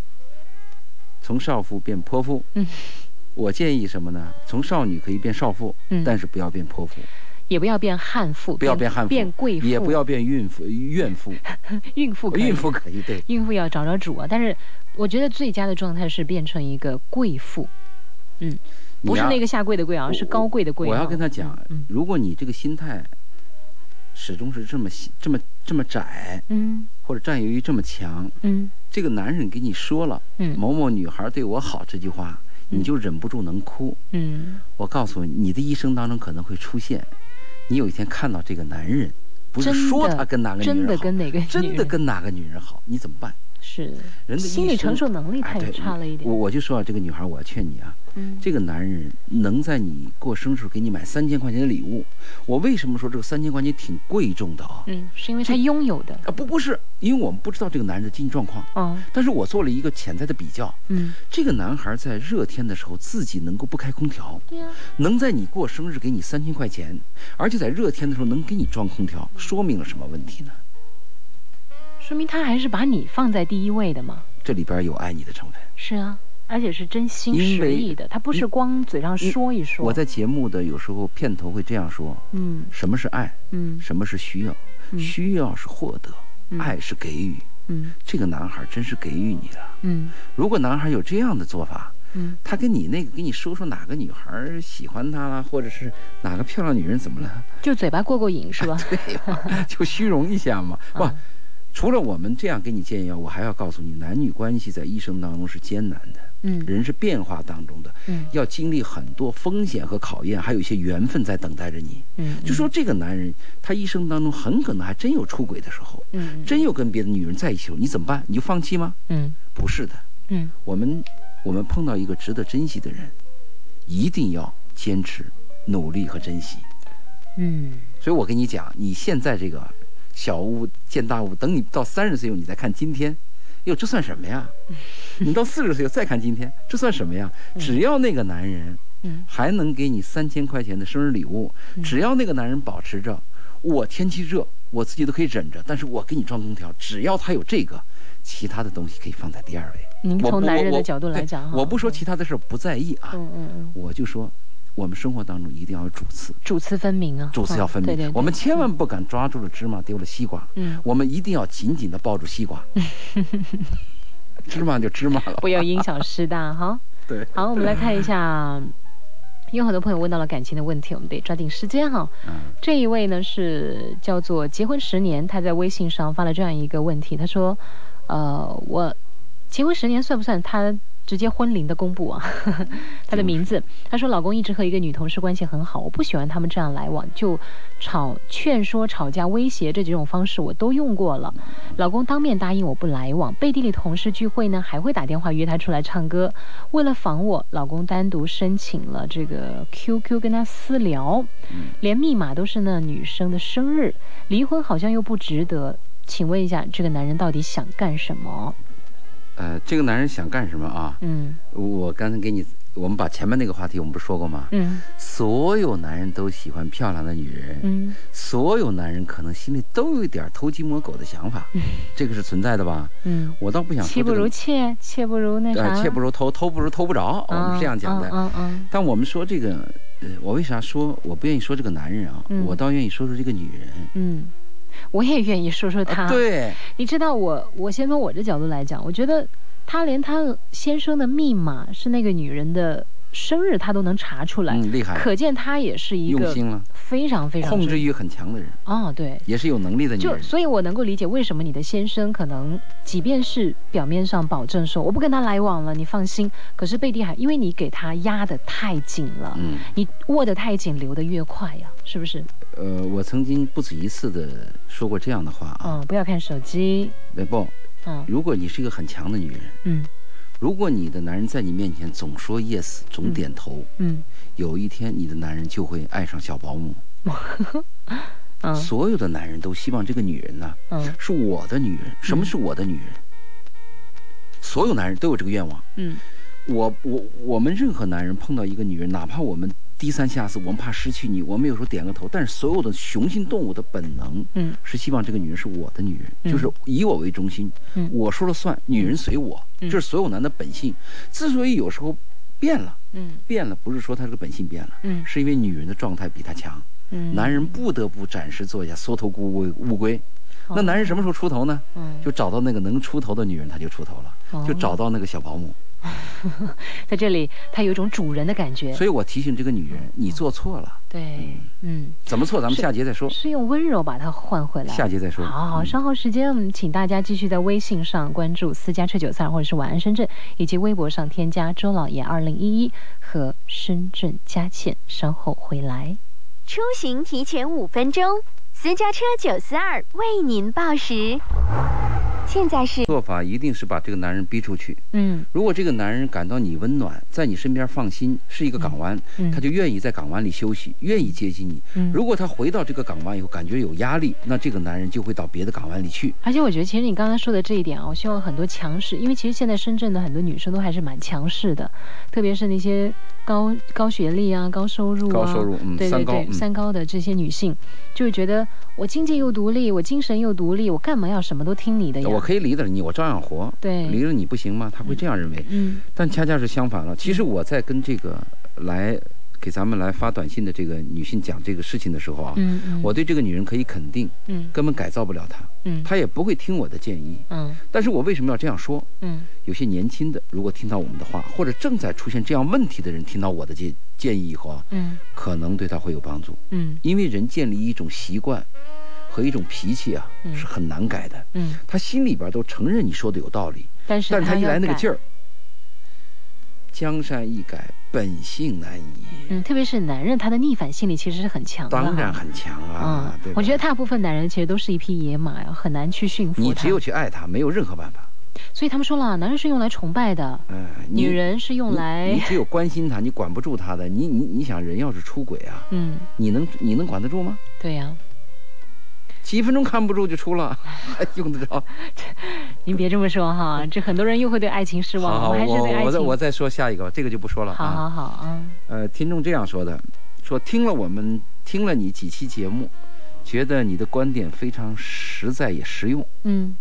Speaker 3: 从少妇变泼妇。
Speaker 2: 嗯，
Speaker 3: 我建议什么呢？从少女可以变少妇，
Speaker 2: 嗯
Speaker 3: 但是不要变泼妇，
Speaker 2: 也不要变悍妇，
Speaker 3: 不要变悍妇，
Speaker 2: 变贵妇，
Speaker 3: 也不要变孕妇、怨妇，
Speaker 2: 孕妇可以，
Speaker 3: 孕妇可以对。
Speaker 2: 孕妇要找找主啊。但是我觉得最佳的状态是变成一个贵妇，嗯，
Speaker 3: 你
Speaker 2: 不是
Speaker 3: 呀
Speaker 2: 那个下跪的跪啊，
Speaker 3: 我
Speaker 2: 是高贵的贵啊。
Speaker 3: 我要跟他讲，
Speaker 2: 嗯
Speaker 3: 如果你这个心态始终是这么细这么这么窄，
Speaker 2: 嗯
Speaker 3: 或者占有欲这么强，
Speaker 2: 嗯
Speaker 3: 这个男人给你说了
Speaker 2: 嗯
Speaker 3: 某某女孩对我好这句话，
Speaker 2: 嗯
Speaker 3: 你就忍不住能哭。
Speaker 2: 嗯，
Speaker 3: 我告诉你，你的一生当中可能会出现，你有一天看到这个男人，不是
Speaker 2: 真的
Speaker 3: 说他跟哪个女
Speaker 2: 真
Speaker 3: 人
Speaker 2: 的
Speaker 3: 好，
Speaker 2: 跟哪个
Speaker 3: 真
Speaker 2: 女
Speaker 3: 的
Speaker 2: 人
Speaker 3: 跟哪个女人好，你怎么办？
Speaker 2: 是
Speaker 3: 人的一
Speaker 2: 心理承
Speaker 3: 生
Speaker 2: 受能力
Speaker 3: 哎
Speaker 2: 太
Speaker 3: 对
Speaker 2: 差了一点
Speaker 3: 我。我就说啊，这个女孩，我要劝你啊，
Speaker 2: 嗯
Speaker 3: 这个男人能在你过生日时候给你买三千块钱的礼物，我为什么说这个三千块钱挺贵重的啊？
Speaker 2: 嗯，是因为他拥有的，
Speaker 3: 啊，不不是，因为我们不知道这个男人的经济状况，
Speaker 2: 嗯
Speaker 3: 但是我做了一个潜在的比较，
Speaker 2: 嗯，
Speaker 3: 这个男孩在热天的时候自己能够不开空调，
Speaker 2: 对呀，
Speaker 3: 能在你过生日给你三千块钱，而且在热天的时候能给你装空调，说明了什么问题呢？
Speaker 2: 说明他还是把你放在第一位的嘛。
Speaker 3: 这里边有爱你的成分。
Speaker 2: 是啊，而且是真心
Speaker 3: 因
Speaker 2: 实
Speaker 3: 为
Speaker 2: 意的，他不是光嘴上说一说。
Speaker 3: 我在节目的有时候片头会这样说：
Speaker 2: 嗯
Speaker 3: 什么是爱？
Speaker 2: 嗯
Speaker 3: 什么是需要？
Speaker 2: 嗯
Speaker 3: 需要是获得，
Speaker 2: 嗯
Speaker 3: 爱是给予。
Speaker 2: 嗯
Speaker 3: 这个男孩真是给予你了。
Speaker 2: 嗯
Speaker 3: 如果男孩有这样的做法，
Speaker 2: 嗯
Speaker 3: 他跟你那个跟你说说哪个女孩喜欢他啦，或者是哪个漂亮女人怎么了，
Speaker 2: 就嘴巴过过瘾是吧？
Speaker 3: 对 吧？就虚荣一下嘛。不，
Speaker 2: 嗯
Speaker 3: 除了我们这样给你建议啊，我还要告诉你，男女关系在一生当中是艰难的，
Speaker 2: 嗯
Speaker 3: 人是变化当中的，
Speaker 2: 嗯
Speaker 3: 要经历很多风险和考验，还有一些缘分在等待着你。
Speaker 2: 嗯，
Speaker 3: 就说这个男人，他一生当中很可能还真有出轨的时候，
Speaker 2: 嗯
Speaker 3: 真有跟别的女人在一起时候，你怎么办？你就放弃吗？
Speaker 2: 嗯
Speaker 3: 不是的，
Speaker 2: 嗯
Speaker 3: 我们我们碰到一个值得珍惜的人，一定要坚持、努力和珍惜。
Speaker 2: 嗯
Speaker 3: 所以我跟你讲，你现在这个小巫见大巫，等你到三十岁后，你再看今天，哟，这算什么呀？你到四十岁后再看今天，这算什么呀？只要那个男人
Speaker 2: 嗯
Speaker 3: 还能给你三千块钱的生日礼物，只要那个男人保持着，我天气热，我自己都可以忍着，但是我给你装空调，只要他有这个，其他的东西可以放在第二位。
Speaker 2: 您
Speaker 3: 我
Speaker 2: 嗯从
Speaker 3: 不
Speaker 2: 男
Speaker 3: 我
Speaker 2: 人的
Speaker 3: 我
Speaker 2: 角度来
Speaker 3: 对
Speaker 2: 讲哈
Speaker 3: 我不说其他的事儿不在意啊，
Speaker 2: 嗯嗯嗯，
Speaker 3: 我就说，我们生活当中一定要有主次，
Speaker 2: 主次分明啊，
Speaker 3: 主次要分
Speaker 2: 嗯
Speaker 3: 明。
Speaker 2: 对对对，
Speaker 3: 我们千万不敢抓住了芝麻丢了西瓜，
Speaker 2: 嗯
Speaker 3: 我们一定要紧紧的抱住西 瓜。芝麻就芝麻了，
Speaker 2: 不要因小 失大哈。
Speaker 3: 对，
Speaker 2: 好，我们来看一下，有很多朋友问到了感情的问题，我们得抓紧时间哈。
Speaker 3: 嗯
Speaker 2: 这一位呢是叫做结婚十年，他在微信上发了这样一个问题，他说：“呃，我结婚十年算不算他直接婚龄的公布啊？ 他的名字，他说老公一直和一个女同事关系很好，我不喜欢他们这样来往，就吵、劝说、吵架、威胁这几种方式我都用过了。老公当面答应我不来往，背地里同事聚会呢还会打电话约他出来唱歌。为了防我，老公单独申请了这个 QQ 跟他私聊。”
Speaker 3: 嗯，
Speaker 2: 连密码都是那女生的生日，离婚好像又不值得。请问一下，这个男人到底想干什么？
Speaker 3: 呃，这个男人想干什么啊？
Speaker 2: 嗯
Speaker 3: 我刚才给你，我们把前面那个话题我们不是说过吗？
Speaker 2: 嗯
Speaker 3: 所有男人都喜欢漂亮的女人，
Speaker 2: 嗯
Speaker 3: 所有男人可能心里都有一点偷鸡摸狗的想法，
Speaker 2: 嗯
Speaker 3: 这个是存在的吧？
Speaker 2: 嗯，
Speaker 3: 我倒不想
Speaker 2: 妻
Speaker 3: 说
Speaker 2: 不
Speaker 3: 这
Speaker 2: 如
Speaker 3: 个，
Speaker 2: 妾，妾不如那啥，啊
Speaker 3: 呃，妾不
Speaker 2: 如
Speaker 3: 如偷，偷不如偷不着，我们是这样讲的。
Speaker 2: 嗯嗯
Speaker 3: 但我们说这个，呃，我为啥说我不愿意说这个男人啊？
Speaker 2: 嗯
Speaker 3: 我倒愿意说说这个女人。
Speaker 2: 嗯，我也愿意说说他。
Speaker 3: 啊、对，
Speaker 2: 你知道我，我先从我的角度来讲，我觉得他连他先生的密码是那个女人的生日，他都能查出来，
Speaker 3: 嗯，厉害，
Speaker 2: 可见他也是一
Speaker 3: 用
Speaker 2: 个
Speaker 3: 心了，
Speaker 2: 非常非常
Speaker 3: 控制
Speaker 2: 之
Speaker 3: 欲很强的人，
Speaker 2: 哦，对。
Speaker 3: 也是有能力的女
Speaker 2: 就
Speaker 3: 人。
Speaker 2: 所以，我能够理解为什么你的先生可能，即便是表面上保证说我不跟他来往了，你放心，可是背地还因为你给他压得太紧了，
Speaker 3: 嗯，
Speaker 2: 你握得太紧，流得越快呀、是不是？
Speaker 3: 呃，我曾经不止一次的说过这样的话啊，
Speaker 2: 嗯，不要看手机，
Speaker 3: 对不？
Speaker 2: 嗯
Speaker 3: 如果你是一个很强的女人，
Speaker 2: 嗯
Speaker 3: 如果你的男人在你面前总说 yes，总点头，
Speaker 2: 嗯
Speaker 3: 有一天你的男人就会爱上小保姆。
Speaker 2: 嗯
Speaker 3: 所有的男人都希望这个女人呢、
Speaker 2: 嗯
Speaker 3: 是我的女人。什么是我的女人？所有男人都有这个愿望。
Speaker 2: 嗯
Speaker 3: 我我我们任何男人碰到一个女人，哪怕我们低三下四，我们怕失去你，我们有时候点个头，但是所有的雄性动物的本能
Speaker 2: 嗯
Speaker 3: 是希望这个女人是我的女人，
Speaker 2: 嗯
Speaker 3: 就是以我为中心，
Speaker 2: 嗯
Speaker 3: 我说了算，女人随我，
Speaker 2: 嗯
Speaker 3: 这是所有男的本性。之所以有时候变了，
Speaker 2: 嗯
Speaker 3: 变了不是说他这个本性变了，
Speaker 2: 嗯
Speaker 3: 是因为女人的状态比他强，
Speaker 2: 嗯，
Speaker 3: 男人不得不暂时做一下缩头乌龟乌龟。
Speaker 2: 哦
Speaker 3: 那男人什么时候出头呢？
Speaker 2: 嗯
Speaker 3: 就找到那个能出头的女人，他就出头了，
Speaker 2: 哦
Speaker 3: 就找到那个小保姆。
Speaker 2: 在这里，他有一种主人的感觉，
Speaker 3: 所以我提醒这个女人，你做错了，
Speaker 2: 对，嗯，
Speaker 3: 怎么错咱们
Speaker 2: 是
Speaker 3: 下节再说，
Speaker 2: 是用温柔把它换回来。
Speaker 3: 下节再说。
Speaker 2: 好好，
Speaker 3: 嗯
Speaker 2: 稍后时间，嗯请大家继续在微信上关注“私家车九三”或者是“晚安深圳”，以及微博上添加“周老爷二零一一”和“深圳佳倩”。稍后回来。
Speaker 1: 出行提前五分钟，私家车九四二为您报时。现在是
Speaker 3: 做法一定是把这个男人逼出去。
Speaker 2: 嗯
Speaker 3: 如果这个男人感到你温暖，在你身边放心，是一个港湾，
Speaker 2: 嗯，
Speaker 3: 他就愿意在港湾里休息，愿意接近你。
Speaker 2: 嗯
Speaker 3: 如果他回到这个港湾以后感觉有压力，那这个男人就会到别的港湾里去。
Speaker 2: 而且我觉得，其实你刚才说的这一点啊，我希望很多强势，因为其实现在深圳的很多女生都还是蛮强势的，特别是那些高高学历啊、高收入啊、
Speaker 3: 高收入嗯
Speaker 2: 对
Speaker 3: 三
Speaker 2: 对
Speaker 3: 高
Speaker 2: 对，
Speaker 3: 嗯
Speaker 2: 三高的这些女性，就是觉得我经济又独立，我精神又独立，我干嘛要什么都听你的哎呀？
Speaker 3: 我可以离了你，我照样活。
Speaker 2: 对
Speaker 3: 离了你不行吗？他会这样认为，
Speaker 2: 嗯
Speaker 3: 但恰恰是相反了。其实我在跟这个来给咱们来发短信的这个女性讲这个事情的时候啊，
Speaker 2: 嗯嗯，
Speaker 3: 我对这个女人可以肯定，
Speaker 2: 嗯
Speaker 3: 根本改造不了她，
Speaker 2: 嗯
Speaker 3: 她也不会听我的建议。
Speaker 2: 嗯
Speaker 3: 但是我为什么要这样说？
Speaker 2: 嗯
Speaker 3: 有些年轻的，如果听到我们的话，或者正在出现这样问题的人，听到我的建建议以后啊，
Speaker 2: 嗯
Speaker 3: 可能对他会有帮助，
Speaker 2: 嗯
Speaker 3: 因为人建立一种习惯和一种脾气啊，
Speaker 2: 嗯
Speaker 3: 是很难改的。
Speaker 2: 嗯，
Speaker 3: 他心里边都承认你说的有道理，
Speaker 2: 但是
Speaker 3: 但他一来那个劲
Speaker 2: 儿，
Speaker 3: 儿，江山易改，本性难移，
Speaker 2: 嗯，特别是男人，他的逆反心理其实是很强的哈，
Speaker 3: 当然很强啊，
Speaker 2: 嗯
Speaker 3: 对，吧
Speaker 2: 我觉得大部分男人其实都是一匹野马呀，很难去驯服
Speaker 3: 你
Speaker 2: 他
Speaker 3: 只有去爱他，没有任何办法。
Speaker 2: 所以他们说了，男人是用来崇拜的，
Speaker 3: 嗯、你
Speaker 2: 女人是用
Speaker 3: 你，你
Speaker 2: 来，
Speaker 3: 只有关心他，你管不住他的。你你你想，人要是出轨啊，
Speaker 2: 嗯，
Speaker 3: 你能你能管得住吗？
Speaker 2: 对呀、
Speaker 3: 几分钟看不住就出了，还 用得着？
Speaker 2: 您别这么 说哈，这很多人又会对爱情失望，
Speaker 3: 好好，
Speaker 2: 我还是对
Speaker 3: 我
Speaker 2: 爱
Speaker 3: 我再
Speaker 2: 情，
Speaker 3: 我再说下一个吧，这个就不说了
Speaker 2: 好
Speaker 3: 啊。
Speaker 2: 好好啊，
Speaker 3: 呃，听众这样说的，说听了我们听了你几期节目，觉得你的观点非常实在也实用。
Speaker 2: 嗯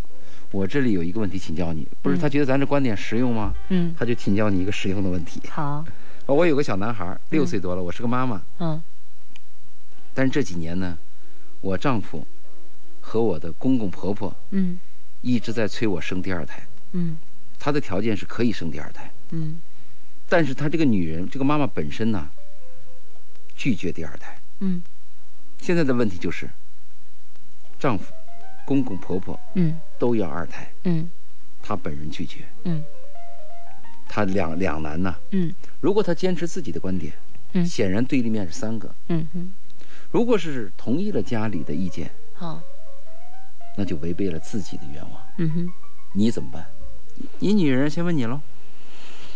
Speaker 3: 我这里有一个问题请教你，不是
Speaker 2: 嗯
Speaker 3: 他觉得咱这观点实用吗？
Speaker 2: 嗯，
Speaker 3: 他就请教你一个实用的问题。
Speaker 2: 好，
Speaker 3: 我有个小男孩，六岁多了，我是个妈妈，
Speaker 2: 嗯
Speaker 3: 但是这几年呢，我丈夫和我的公公婆婆
Speaker 2: 嗯
Speaker 3: 一直在催我生第二胎。
Speaker 2: 嗯
Speaker 3: 她的条件是可以生第二胎，
Speaker 2: 嗯
Speaker 3: 但是她这个女人，这个妈妈本身呢，拒绝第二胎。
Speaker 2: 嗯
Speaker 3: 现在的问题就是，丈夫、公公婆婆
Speaker 2: 嗯
Speaker 3: 都要二胎，
Speaker 2: 嗯
Speaker 3: 她本人拒绝，
Speaker 2: 嗯
Speaker 3: 她两两难呐、
Speaker 2: 嗯
Speaker 3: 如果她坚持自己的观点，
Speaker 2: 嗯
Speaker 3: 显然对立面是三个；
Speaker 2: 嗯嗯，
Speaker 3: 如果是同意了家里的意见，
Speaker 2: 好，
Speaker 3: 那就违背了自己的愿望。
Speaker 2: 嗯哼，
Speaker 3: 你怎么办？你女人先问你喽。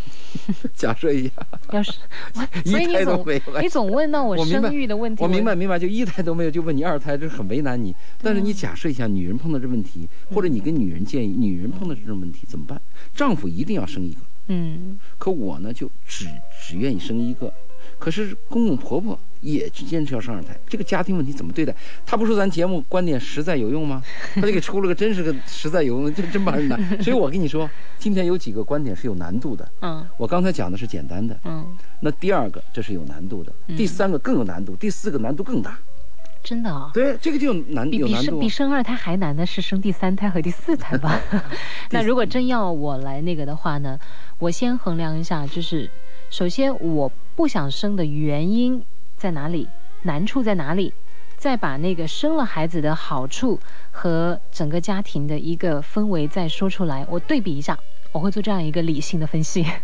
Speaker 3: 假设一下，
Speaker 2: 要 是，我所以
Speaker 3: 一
Speaker 2: 你
Speaker 3: 胎都
Speaker 2: 总
Speaker 3: 没有。
Speaker 2: 你总问到我
Speaker 3: 我明白
Speaker 2: 生育的问题，啊
Speaker 3: 我明白明白，就一胎都没有，就问你二胎，这很为难你。但是你假设一下，
Speaker 2: 嗯
Speaker 3: 女人碰到这问题，或者你跟女人建议，女人碰到这种问题怎么办？丈夫一定要生一个，
Speaker 2: 嗯
Speaker 3: 可我呢就只只愿意生一个，可是公公婆婆也坚持要生二胎，这个家庭问题怎么对待？他不说咱节目观点实在有用 吗？他就给出了个真是个实在有用，这真把人难。所以我跟你说，今天有几个观点是有难度的。
Speaker 2: 嗯
Speaker 3: 我刚才讲的是简单的，
Speaker 2: 嗯，
Speaker 3: 那第二个这是有难度的，第三个更有难度，第四个难度更大。
Speaker 2: 真的啊、
Speaker 3: 对，这个就有难
Speaker 2: 比
Speaker 3: 有
Speaker 2: 比
Speaker 3: 难
Speaker 2: 生
Speaker 3: 度
Speaker 2: 比
Speaker 3: 啊。
Speaker 2: 生二胎还难的是生第三胎和第四 胎吧？那如果真要我来那个的话呢，我先衡量一下，就是首先我不想生的原因在哪里，难处在哪里，再把那个生了孩子的好处和整个家庭的一个氛围再说出来，我对比一下，我会做这样一个理性的分析。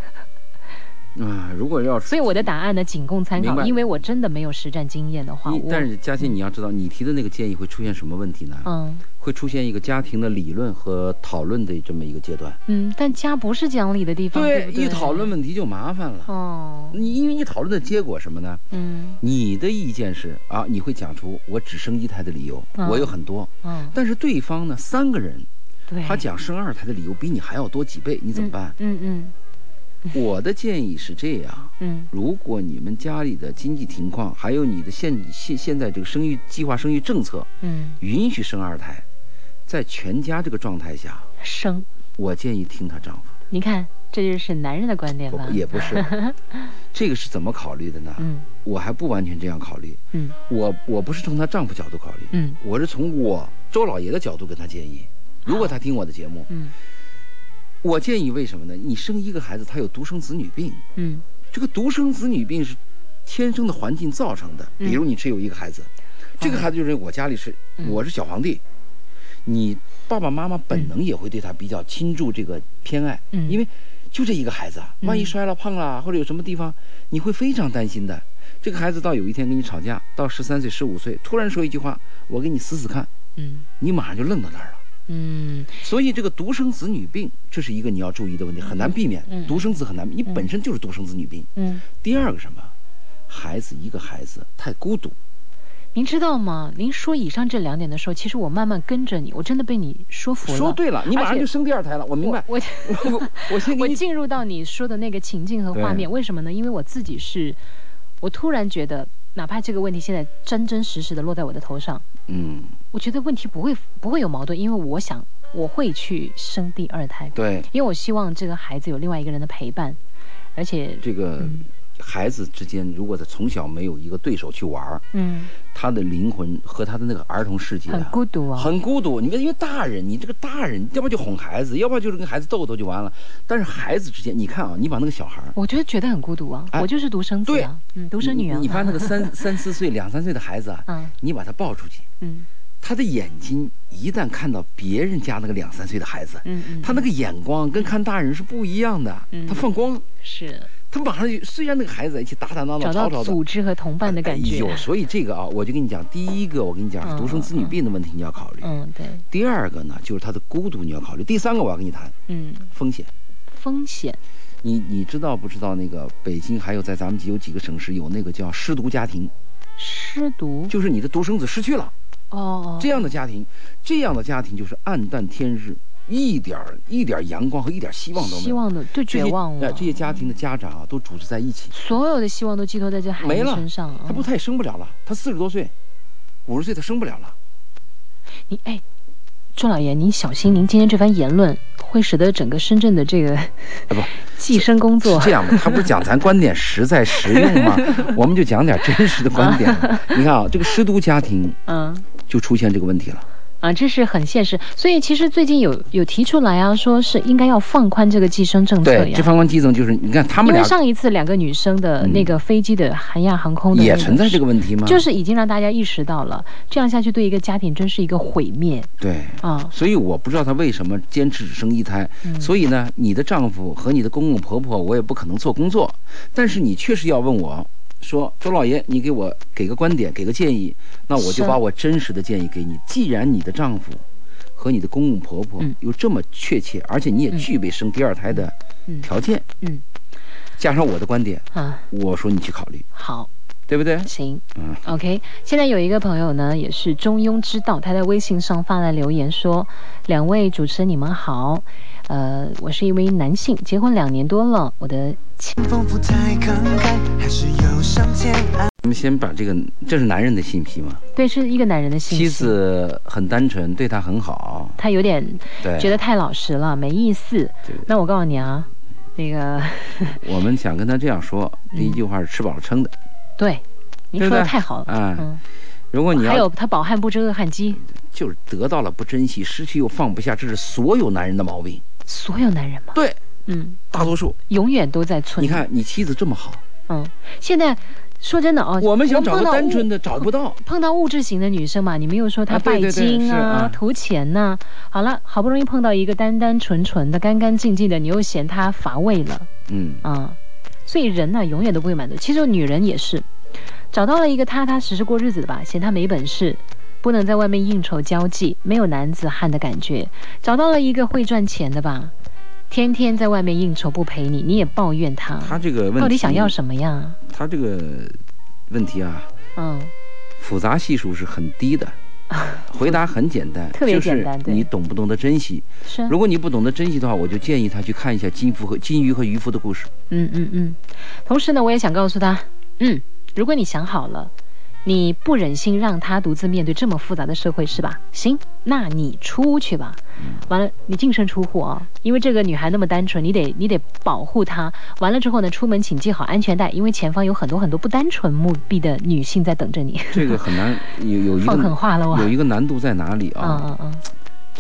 Speaker 3: 啊，如果要是
Speaker 2: 所以我的答案呢，仅供参
Speaker 3: 明
Speaker 2: 考，
Speaker 3: 白
Speaker 2: 因为我真的没有实战经验的话，
Speaker 3: 你
Speaker 2: 我
Speaker 3: 但是嘉欣，你要知道，你提的那个建议会出现什么问题呢？
Speaker 2: 嗯
Speaker 3: 会出现一个家庭的理论和讨论的这么一个阶段。
Speaker 2: 嗯，但家不是讲理的地方，对不对，
Speaker 3: 一讨论问题就麻烦了。
Speaker 2: 哦，
Speaker 3: 你因为一讨论的结果什么呢？
Speaker 2: 嗯
Speaker 3: 你的意见是啊，你会讲出我只生一胎的理由，
Speaker 2: 嗯
Speaker 3: 我有很多。
Speaker 2: 嗯，
Speaker 3: 但是对方呢，三个人
Speaker 2: 对，
Speaker 3: 他讲生二胎的理由比你还要多几倍，你怎么办？
Speaker 2: 嗯嗯
Speaker 3: 我的建议是这样：
Speaker 2: 嗯
Speaker 3: 如果你们家里的经济情况，还有你的现现现在这个生育计划、生育政策
Speaker 2: 嗯
Speaker 3: 允许生二胎，在全家这个状态下，
Speaker 2: 嗯，生，
Speaker 3: 我建议听她丈夫。
Speaker 2: 你看，这就是男人的观点
Speaker 3: 不
Speaker 2: 吧？
Speaker 3: 也不是，这个是怎么考虑的呢？
Speaker 2: 嗯
Speaker 3: 我还不完全这样考虑，
Speaker 2: 嗯
Speaker 3: 我我不是从她丈夫角度考虑，
Speaker 2: 嗯
Speaker 3: 我是从我周老爷的角度跟她建议。如果她听我的节目，
Speaker 2: 嗯
Speaker 3: 我建议为什么呢？你生一个孩子，他有独生子女病，
Speaker 2: 嗯，
Speaker 3: 这个独生子女病是天生的环境造成的。
Speaker 2: 嗯
Speaker 3: 比如你只有一个孩子，这个孩子就是我家里是、
Speaker 2: 嗯
Speaker 3: 我是小皇帝，你爸爸妈妈本能也会对他比较倾注这个偏爱，
Speaker 2: 嗯
Speaker 3: 因为就这一个孩子啊，
Speaker 2: 嗯
Speaker 3: 万一摔了、胖了或者有什么地方，你会非常担心的。这个孩子到有一天跟你吵架，到十三岁、十五岁，突然说一句话，我给你死死看，
Speaker 2: 嗯
Speaker 3: 你马上就愣到那儿了。
Speaker 2: 嗯
Speaker 3: 所以这个独生子女病，这是一个你要注意的问题，很难避免。
Speaker 2: 嗯
Speaker 3: 独生子很难，你本身就是独生子女病。
Speaker 2: 嗯，
Speaker 3: 第二个什么？孩子一个孩子太孤独，
Speaker 2: 您知道吗？您说以上这两点的时候，其实我慢慢跟着你，我真的被你说服了。
Speaker 3: 说对了，你马
Speaker 2: 而
Speaker 3: 上
Speaker 2: 且
Speaker 3: 就生第二胎了，我明白。
Speaker 2: 我
Speaker 3: 我我先给
Speaker 2: 我
Speaker 3: 你
Speaker 2: 进入到你说的那个情境和画面，为什么呢？因为我自己是，我突然觉得，哪怕这个问题现在真真实实的落在我的头上，
Speaker 3: 嗯，
Speaker 2: 我觉得问题不会不会有矛盾，因为我想我会去生第二胎，
Speaker 3: 对，
Speaker 2: 因为我希望这个孩子有另外一个人的陪伴，而且
Speaker 3: 这个
Speaker 2: 嗯
Speaker 3: 孩子之间，如果他从小没有一个对手去玩儿，
Speaker 2: 嗯
Speaker 3: 他的灵魂和他的那个儿童世界
Speaker 2: 很
Speaker 3: 啊。
Speaker 2: 孤独啊，
Speaker 3: 很孤独，你看，因为大人，你这个大人，要不就哄孩子，要不就是跟孩子斗斗就完了。但是孩子之间，你看啊，你把那个小孩儿，
Speaker 2: 我就觉得很孤独啊，
Speaker 3: 哎
Speaker 2: 我就是独生子啊，嗯，独生女啊
Speaker 3: 你，你把那个三三四岁、两三岁的孩子 啊，
Speaker 2: 嗯
Speaker 3: 你把他抱出去，
Speaker 2: 嗯
Speaker 3: 他的眼睛一旦看到别人家那个两三岁的孩子，
Speaker 2: 嗯嗯，
Speaker 3: 他那个眼光跟看大人是不一样的，
Speaker 2: 嗯
Speaker 3: 他放光，
Speaker 2: 是
Speaker 3: 他马上就虽然那个孩子在一起打打闹闹、
Speaker 2: 找
Speaker 3: 吵
Speaker 2: 到
Speaker 3: 吵的。
Speaker 2: 组织和同伴的感觉，
Speaker 3: 有，所以这个啊，我就跟你讲，第一个我跟你讲是
Speaker 2: 嗯
Speaker 3: 独生子女病的问题，你要考虑；
Speaker 2: 嗯对，
Speaker 3: 第二个呢，就是他的孤独，你要考虑；第三个我要跟你谈
Speaker 2: 嗯，
Speaker 3: 风险。
Speaker 2: 风险，
Speaker 3: 你你知道不知道那个北京还有在咱们有几个省市有那个叫失独家庭，
Speaker 2: 失独，
Speaker 3: 就是你的独生子失去了，
Speaker 2: 哦，
Speaker 3: 这样的家庭，这样的家庭就是暗淡天日，一点儿一点儿阳光和一点儿希望都没有。
Speaker 2: 希望的就
Speaker 3: 这
Speaker 2: 绝
Speaker 3: 些
Speaker 2: 望
Speaker 3: 哎
Speaker 2: 了，
Speaker 3: 这些家庭的家长啊，都组织在一起，
Speaker 2: 所有的希望都寄托在这孩
Speaker 3: 没
Speaker 2: 子
Speaker 3: 了
Speaker 2: 身上啊，
Speaker 3: 他不，他也生不了了，他四十多岁，五十岁他生不了了。
Speaker 2: 你哎，钟老爷，您小心，您今天这番言论会使得整个深圳的 这个
Speaker 3: 不
Speaker 2: 计生工
Speaker 3: 是
Speaker 2: 作
Speaker 3: 这样的，哎他不是讲咱观 点实在实用吗？我们就讲点真实的观点。 你看啊，这个失独家庭
Speaker 2: 嗯
Speaker 3: 就出现这个问题了。
Speaker 2: 啊，这是很现实。所以其实最近有有提出来啊，说是应该要放宽这个计生政策
Speaker 3: 对，这
Speaker 2: 呀。
Speaker 3: 方关基层就是你看他们
Speaker 2: 啊因为
Speaker 3: 俩
Speaker 2: 上一次两个女生的那个飞机的韩亚航空的、
Speaker 3: 嗯
Speaker 2: 那
Speaker 3: 也
Speaker 2: 个
Speaker 3: 存在这个问题吗？
Speaker 2: 就是已经让大家意识到了，这样下去对一个家庭真是一个毁灭
Speaker 3: 对。
Speaker 2: 啊！
Speaker 3: 所以我不知道他为什么坚持只生一胎。
Speaker 2: 嗯
Speaker 3: 所以呢，你的丈夫和你的公公婆婆，我也不可能做工作。但是你确实要问我，说周老爷，你给我给个观点，给个建议，那我
Speaker 2: 是
Speaker 3: 就把我真实的建议给你。既然你的丈夫和你的公公婆婆
Speaker 2: 嗯
Speaker 3: 有这么确切，而且你也具备生第二胎的
Speaker 2: 嗯
Speaker 3: 条件，
Speaker 2: 嗯
Speaker 3: 加上我的观点，
Speaker 2: 啊，
Speaker 3: 我说你去考虑，
Speaker 2: 好，
Speaker 3: 对不对？
Speaker 2: 行。
Speaker 3: 嗯，
Speaker 2: OK，现在有一个朋友呢，也是中庸之道，他在微信上发来留言说：“两位主持人，你们好，呃，我是一位男性，结婚两年多了，我的情
Speaker 4: 风不太慷慨，还是有上天安。
Speaker 3: 你们先把这个，这是男人的性癖吗？
Speaker 2: 对，是一个男人的信息
Speaker 3: 妻子很单纯，对他很好，
Speaker 2: 他有点
Speaker 3: 对，
Speaker 2: 觉得太老实了，没意思。
Speaker 3: 对
Speaker 2: 那我告诉你啊，那个
Speaker 3: 我们想跟他这样说，
Speaker 2: 嗯
Speaker 3: 第一句话是吃饱了撑的，
Speaker 2: 对，您
Speaker 3: 对
Speaker 2: 说
Speaker 3: 不对
Speaker 2: 的太好了。
Speaker 3: 哎
Speaker 2: 嗯，
Speaker 3: 如果你
Speaker 2: 还有
Speaker 3: 要
Speaker 2: 他饱汉不知饿汉饥，
Speaker 3: 就是得到了不珍惜，失去又放不下，这是所有男人的毛病。
Speaker 2: 所有男人嘛，
Speaker 3: 对，
Speaker 2: 嗯，
Speaker 3: 大多数。
Speaker 2: 永远都在村
Speaker 3: 你
Speaker 2: 里。
Speaker 3: 看你妻子这么好，
Speaker 2: 嗯，现在说真的啊，
Speaker 3: 我们想找
Speaker 2: 碰
Speaker 3: 个
Speaker 2: 到
Speaker 3: 单
Speaker 2: 物
Speaker 3: 纯的找不到。
Speaker 2: 碰到物质型的女生嘛，你们又说她
Speaker 3: 啊
Speaker 2: 拜
Speaker 3: 对对对
Speaker 2: 金
Speaker 3: 是啊
Speaker 2: 图钱呐、好了，好不容易碰到一个单单纯纯的、干干净净的，你又嫌她乏味了
Speaker 3: 嗯，
Speaker 2: 啊、所以人呢、永远都不会满足。其实女人也是，找到了一个踏踏实实过日子的吧，嫌她没本事。不能在外面应酬交际，没有男子汉的感觉。找到了一个会赚钱的吧，天天在外面应酬不陪你，你也抱怨他，
Speaker 3: 他这个问题
Speaker 2: 到底想要什么呀？
Speaker 3: 他这个问题啊，
Speaker 2: 嗯，
Speaker 3: 复杂系数是很低 的，回答很简单，
Speaker 2: 特别
Speaker 3: 就是
Speaker 2: 简单对
Speaker 3: 你懂不懂得珍惜？
Speaker 2: 是啊。
Speaker 3: 如果你不懂得珍惜的话，我就建议他去看一下金夫和金鱼和渔夫的故事。
Speaker 2: 嗯嗯嗯。同时呢，我也想告诉他，嗯，如果你想好了，你不忍心让他独自面对这么复杂的社会，是吧？行，那你出去吧。
Speaker 3: 嗯
Speaker 2: 完了，你净身出户啊、因为这个女孩那么单纯，你得你得保护她。完了之后呢，出门请系好安全带，因为前方有很多很多不单纯目的的女性在等着你。
Speaker 3: 这个很难，有有一
Speaker 2: 放狠
Speaker 3: 个
Speaker 2: 话了哇！
Speaker 3: 有一个难度在哪里
Speaker 2: 嗯嗯
Speaker 3: 啊？
Speaker 2: 嗯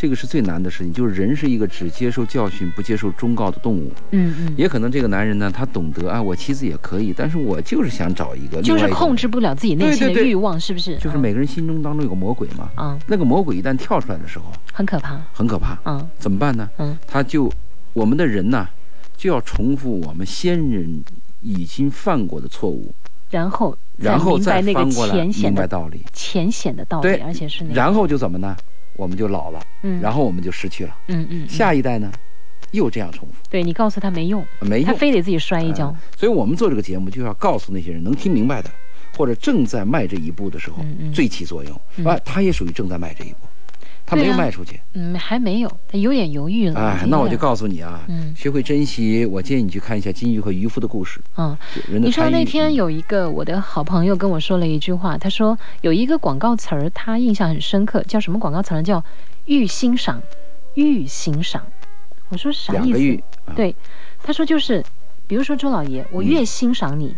Speaker 3: 这个是最难的事情，就是人是一个只接受教训不接受忠告的动物。
Speaker 2: 嗯嗯，
Speaker 3: 也可能这个男人呢，他懂得啊，我妻子也可以，但是我就是想找一个，
Speaker 2: 就
Speaker 3: 另
Speaker 2: 是
Speaker 3: 外一个
Speaker 2: 控制，不了自己内心的
Speaker 3: 对对对
Speaker 2: 欲望，是不是？
Speaker 3: 就是每个人心中当中有个魔鬼嘛。
Speaker 2: 嗯，嗯
Speaker 3: 那个魔鬼一旦跳出来的时候，
Speaker 2: 很可怕。
Speaker 3: 很可怕，
Speaker 2: 嗯
Speaker 3: 怎么办呢？
Speaker 2: 嗯，
Speaker 3: 他就我们的人呐，就要重复我们先人已经犯过的错误，
Speaker 2: 然后再
Speaker 3: 然后
Speaker 2: 明
Speaker 3: 再
Speaker 2: 白那个
Speaker 3: 翻过来
Speaker 2: 浅显
Speaker 3: 明白
Speaker 2: 的
Speaker 3: 道理，
Speaker 2: 浅显的道理，
Speaker 3: 对
Speaker 2: 而且是那个，
Speaker 3: 然后就怎么呢？我们就老了，
Speaker 2: 嗯，
Speaker 3: 然
Speaker 2: 后
Speaker 3: 后我们就失去了。
Speaker 2: 嗯嗯，嗯
Speaker 3: 下一代呢，又这样重复，
Speaker 2: 对你告诉他没用，
Speaker 3: 没
Speaker 2: 他
Speaker 3: 用。
Speaker 2: 非得自己摔一跤，
Speaker 3: 所以我们做这个节目，就要告诉那些人能听明白的，或者正在迈这一步的时候
Speaker 2: 嗯，嗯
Speaker 3: 最起作用。
Speaker 2: 嗯
Speaker 3: 啊，他也属于正在迈这一步，他
Speaker 2: 对
Speaker 3: 没有
Speaker 2: 啊
Speaker 3: 迈出去。
Speaker 2: 嗯，还没有，他有点犹豫了，
Speaker 3: 哎，那我就，告诉你啊，
Speaker 2: 嗯
Speaker 3: 学会珍惜。我建议你去看一下金鱼和渔夫的故事。
Speaker 2: 嗯，
Speaker 3: 人的
Speaker 2: 你知道
Speaker 3: 参与
Speaker 2: 那天
Speaker 3: 嗯
Speaker 2: 有一个我的好朋友跟我说了一句话，他说有一个广告词儿，他印象很深刻，叫什么广告词儿呢？叫“欲欣赏，欲欣赏”。我说啥
Speaker 3: 两
Speaker 2: 意
Speaker 3: 个
Speaker 2: 思
Speaker 3: 玉？，啊
Speaker 2: 对，他说就是，比如说周老爷，我越欣赏你，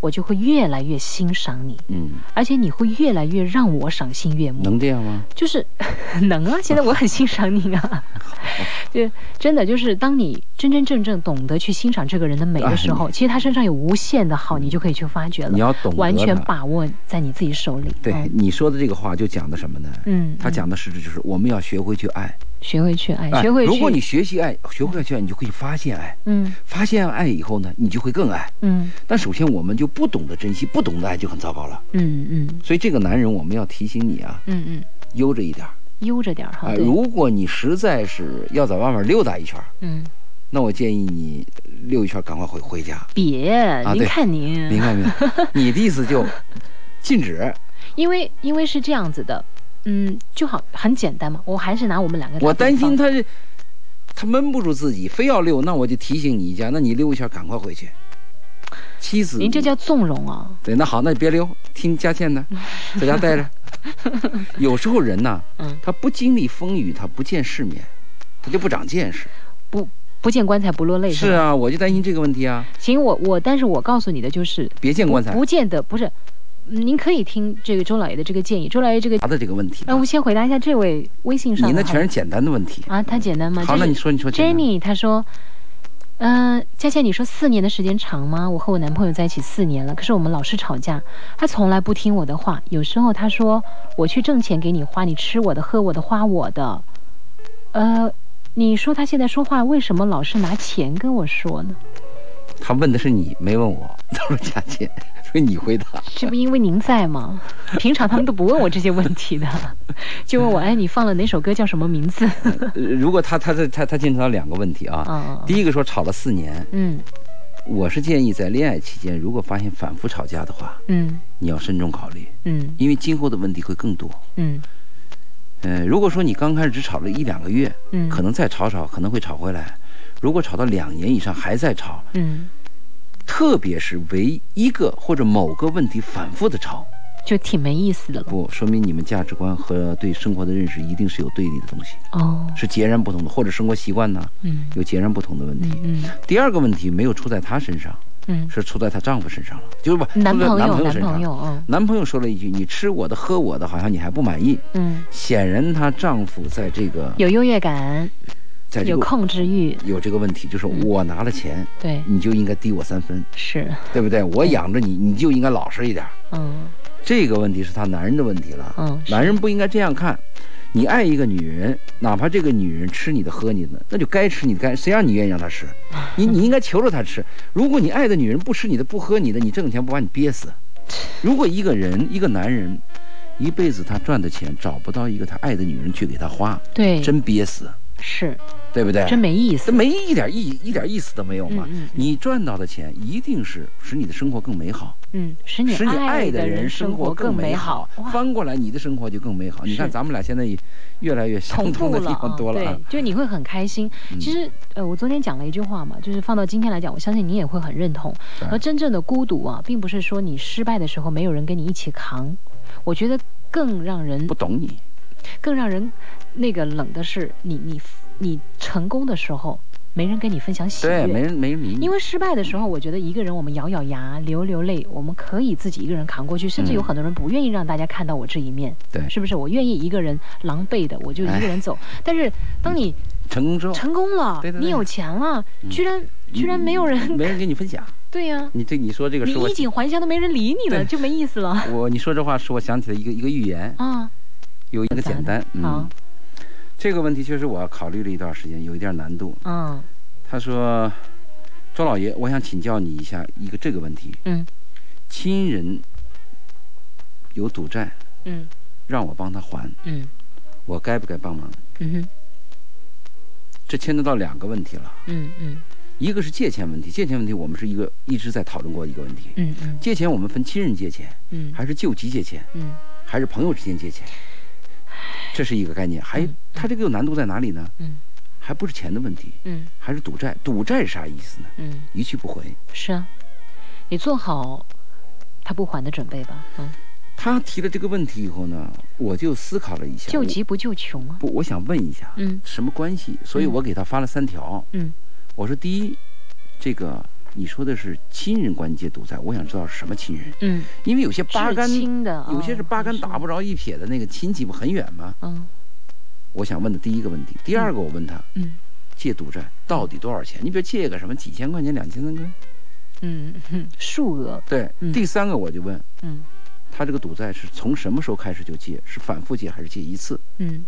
Speaker 2: 我就会越来越欣赏你，
Speaker 3: 嗯，
Speaker 2: 而且你会越来越让我赏心悦目。
Speaker 3: 能这样吗？
Speaker 2: 就是 能 啊，现在我很欣赏你啊。就真的就是，当你真真正正懂得去欣赏这个人的美的时候，
Speaker 3: 哎嗯
Speaker 2: 其实他身上有无限的好，你就可以去发掘
Speaker 3: 你
Speaker 2: 了，
Speaker 3: 要懂得
Speaker 2: 完全
Speaker 3: 它
Speaker 2: 把握在你自己手里。
Speaker 3: 对
Speaker 2: 嗯
Speaker 3: 你说的这个话，就讲的什么呢？
Speaker 2: 嗯，
Speaker 3: 他
Speaker 2: 嗯
Speaker 3: 讲的实质就是我们要学会去爱，
Speaker 2: 学会去爱，
Speaker 3: 哎
Speaker 2: 学会去，
Speaker 3: 如果你学习爱，学会去爱，你就可以发现爱，
Speaker 2: 嗯
Speaker 3: 发现爱以后呢，你就会更爱。
Speaker 2: 嗯
Speaker 3: 但首先我们就不懂得珍惜，不懂得爱就很糟糕了。
Speaker 2: 嗯嗯
Speaker 3: 所以这个男人，我们要提醒你啊，
Speaker 2: 嗯嗯，
Speaker 3: 悠着一点儿。
Speaker 2: 悠着点儿哈，
Speaker 3: 哎，
Speaker 2: 对，
Speaker 3: 如果你实在是要在外面溜达一圈儿，
Speaker 2: 嗯，
Speaker 3: 那我建议你溜一圈儿，赶快回回家。
Speaker 2: 别，您
Speaker 3: 啊对
Speaker 2: 看您，
Speaker 3: 明白没有？ 你的意思就禁止。
Speaker 2: 因为因为是这样子的，嗯，就好很简单嘛，我还是拿我们两个打比方，
Speaker 3: 我担心他是他闷不住自己，非要溜，那我就提醒你一下，那你溜一下，赶快回去。妻子，
Speaker 2: 您这叫纵容啊，
Speaker 3: 对，那好，那你别溜，听佳倩的，在家待 着。有时候人呐，
Speaker 2: 嗯，
Speaker 3: 他不经历风雨，他不见世面，他就不长见识。
Speaker 2: 不不见棺材不落泪吧
Speaker 3: 是啊，我就担心这个问题啊，
Speaker 2: 行，我我，但是我告诉你的就是，
Speaker 3: 别见棺材
Speaker 2: 不见得不是，嗯您可以听这个周老爷的这个建议。周老爷这个，
Speaker 3: 答的这个问题吧。
Speaker 2: 哎，我先回答一下这位微信上
Speaker 3: 你
Speaker 2: 的
Speaker 3: 那
Speaker 2: 哈
Speaker 3: 全是简单的问题。
Speaker 2: 啊，他简单吗？
Speaker 3: 好，
Speaker 2: 就
Speaker 3: 那
Speaker 2: 是
Speaker 3: 你说，你说简单
Speaker 2: Jenny 她说，嗯、佳倩，你说四年的时间长吗？我和我男朋友在一起四年了，可是我们老是吵架，他从来不听我的话。有时候他说我去挣钱给你花，你吃我的、喝我的、花我的。呃，你说他现在说话为什么老是拿钱跟我说呢？
Speaker 3: 他问的是你，没问我。 他说佳倩，所以你回答。
Speaker 2: 这不因为您 在吗？平常他们都不问我这些问题的，就问我哎，你放了哪首歌，叫什么名字？
Speaker 3: 呃如果他他他他他牵扯到两个问题啊，
Speaker 2: 啊，
Speaker 3: 第一个说吵了四年，
Speaker 2: 嗯
Speaker 3: 我是建议在恋爱期间，如果发现反复吵架的话，
Speaker 2: 嗯
Speaker 3: 你要慎重考虑，
Speaker 2: 嗯
Speaker 3: 因为今后的问题会更多。
Speaker 2: 嗯
Speaker 3: 嗯、如果说你刚开始只炒了一两个月，
Speaker 2: 嗯，
Speaker 3: 可能再炒炒可能会炒回来。如果炒到两年以上还在炒，
Speaker 2: 嗯，
Speaker 3: 特别是为一个或者某个问题反复的炒，
Speaker 2: 就挺没意思的了。
Speaker 3: 不说明你们价值观和对生活的认识一定是有对立的东西，
Speaker 2: 哦，
Speaker 3: 是截然不同的，或者生活习惯呢
Speaker 2: 嗯
Speaker 3: 有截然不同的问题。
Speaker 2: 嗯
Speaker 3: 第二个问题没有出在她身上，
Speaker 2: 嗯
Speaker 3: 是出在她丈夫身上了，就是不
Speaker 2: 嗯，男
Speaker 3: 出在
Speaker 2: 朋
Speaker 3: 男
Speaker 2: 友
Speaker 3: 朋友
Speaker 2: 男
Speaker 3: 身
Speaker 2: 朋
Speaker 3: 上。
Speaker 2: 友啊，
Speaker 3: 男朋友说了一句：“你吃我的，喝我的，好像你还不满意。”
Speaker 2: 嗯，
Speaker 3: 显然，她丈夫在这个
Speaker 2: 有优越感，
Speaker 3: 在哎这
Speaker 2: 有
Speaker 3: 个
Speaker 2: 控制欲，
Speaker 3: 有这个问题，就是
Speaker 2: 嗯
Speaker 3: 我拿了钱，
Speaker 2: 对，
Speaker 3: 你就应该低我三分，
Speaker 2: 是，
Speaker 3: 对不对？我养着你，你就应该老实一点。
Speaker 2: 嗯
Speaker 3: 这个问题是他男人的问题了，
Speaker 2: 嗯，是
Speaker 3: 男人不应该这样看。你爱一个女人，哪怕这个女人吃你的、喝你的，那就该吃你的，该谁让你愿意让她 吃？你你应该求着她吃。如果你爱的女人不吃你的、不喝你的，你挣钱不把你憋 死？如果一个人、一个男人，一辈子他赚的钱找不到一个他爱的女人去给他花，
Speaker 2: 对，
Speaker 3: 真憋死，
Speaker 2: 是
Speaker 3: 对不对？
Speaker 2: 真没意
Speaker 3: 这
Speaker 2: 思，
Speaker 3: 没一点意义，一点意思都没有嘛。
Speaker 2: 嗯嗯嗯
Speaker 3: 你赚到的钱一定是使你的生活更美好，
Speaker 2: 嗯，使你
Speaker 3: 使你爱
Speaker 2: 的
Speaker 3: 的
Speaker 2: 人
Speaker 3: 人生活
Speaker 2: 更
Speaker 3: 更美
Speaker 2: 好
Speaker 3: 好，，
Speaker 2: 哇，
Speaker 3: 翻过来你的生活就更美好。你看
Speaker 2: 是
Speaker 3: 咱们俩现在也越来越相
Speaker 2: 同
Speaker 3: 同
Speaker 2: 步
Speaker 3: 的地
Speaker 2: 了
Speaker 3: 方
Speaker 2: 啊，
Speaker 3: 多了啊
Speaker 2: 对，，就你会很开心。
Speaker 3: 嗯
Speaker 2: 其实，呃，我昨天讲了一句话嘛，就是放到今天来讲，我相信你也会很认同。
Speaker 3: 对
Speaker 2: 而真正的孤独啊，并不是说你失败的时候没有人跟你一起扛，我觉得更让人
Speaker 3: 不懂你，
Speaker 2: 更让人那个冷的是你你你成功的时候，没人跟你分享喜悦。
Speaker 3: 对，没人没人理你，
Speaker 2: 因为失败的时候，我觉得一个人我们咬咬牙、流流泪，我们可以自己一个人扛过去。甚至有
Speaker 3: 嗯
Speaker 2: 很多人不愿意让大家看到我这一面，
Speaker 3: 对哎
Speaker 2: 是不是？我愿意一个人狼狈的，我就一个人走。但是当你
Speaker 3: 成功之后，
Speaker 2: 成功了，
Speaker 3: 嗯对对对
Speaker 2: 你有钱了，
Speaker 3: 嗯
Speaker 2: 居然居然没有
Speaker 3: 嗯
Speaker 2: 人，
Speaker 3: 没人跟你分享。
Speaker 2: 对呀、
Speaker 3: 你对你说这个
Speaker 2: 你
Speaker 3: 是我
Speaker 2: 衣锦还乡都没人理你了，
Speaker 3: 对
Speaker 2: 就没意思 了
Speaker 3: 我你说这话使我想起了一个一个寓言，
Speaker 2: 啊。
Speaker 3: 有一个简单，
Speaker 2: 好
Speaker 3: 嗯，，这个问题确实我考虑了一段时间，有一点难度。
Speaker 2: 嗯
Speaker 3: 他说：“周老爷，我想请教你一下一个这个问题。
Speaker 2: 嗯
Speaker 3: 亲人有赌债，
Speaker 2: 嗯
Speaker 3: 让我帮他还，
Speaker 2: 嗯
Speaker 3: 我该不该帮忙？
Speaker 2: 嗯哼
Speaker 3: 这牵扯到两个问题了，
Speaker 2: 嗯嗯
Speaker 3: 一个是借钱问题，借钱问题我们是一个一直在讨论过一个问题。
Speaker 2: 嗯嗯
Speaker 3: 借钱我们分亲人借钱，
Speaker 2: 嗯
Speaker 3: 还是救急借钱，
Speaker 2: 嗯
Speaker 3: 还是朋友之间借钱，这是一个概念。还
Speaker 2: 嗯
Speaker 3: 它这个有难度在哪里呢？
Speaker 2: 嗯
Speaker 3: 还不是钱的问题，
Speaker 2: 嗯
Speaker 3: 还是赌债。赌债啥意思呢？
Speaker 2: 嗯，
Speaker 3: 一去不回。
Speaker 2: 是啊，你做好他不还的准备吧。嗯，
Speaker 3: 他提了这个问题以后呢，我就思考了一下。
Speaker 2: 救
Speaker 3: 我
Speaker 2: 急不救穷啊。
Speaker 3: 不，我想问一下，
Speaker 2: 嗯
Speaker 3: 什么关系？所以
Speaker 2: 嗯
Speaker 3: 我给他发了三条。
Speaker 2: 嗯
Speaker 3: 我说第一，这个你说的是亲人关系借赌债，我想知道是什么亲人，
Speaker 2: 嗯，
Speaker 3: 因为有些八
Speaker 2: 至
Speaker 3: 竿，
Speaker 2: 亲哦的，
Speaker 3: 有些是八竿打不
Speaker 2: 着。
Speaker 3: 着一撇的那个亲戚不很远吗？
Speaker 2: 嗯
Speaker 3: 我想问的第一个问题，第二个我问他、
Speaker 2: 嗯
Speaker 3: 借赌债到底多少钱？你比如借个什么几千块钱、两千三块钱，
Speaker 2: 嗯嗯，数额。
Speaker 3: 对。
Speaker 2: 嗯
Speaker 3: 第三个我就问
Speaker 2: 嗯
Speaker 3: 他这个赌债是从什么时候开始就借，是反复借还是借一次？
Speaker 2: 嗯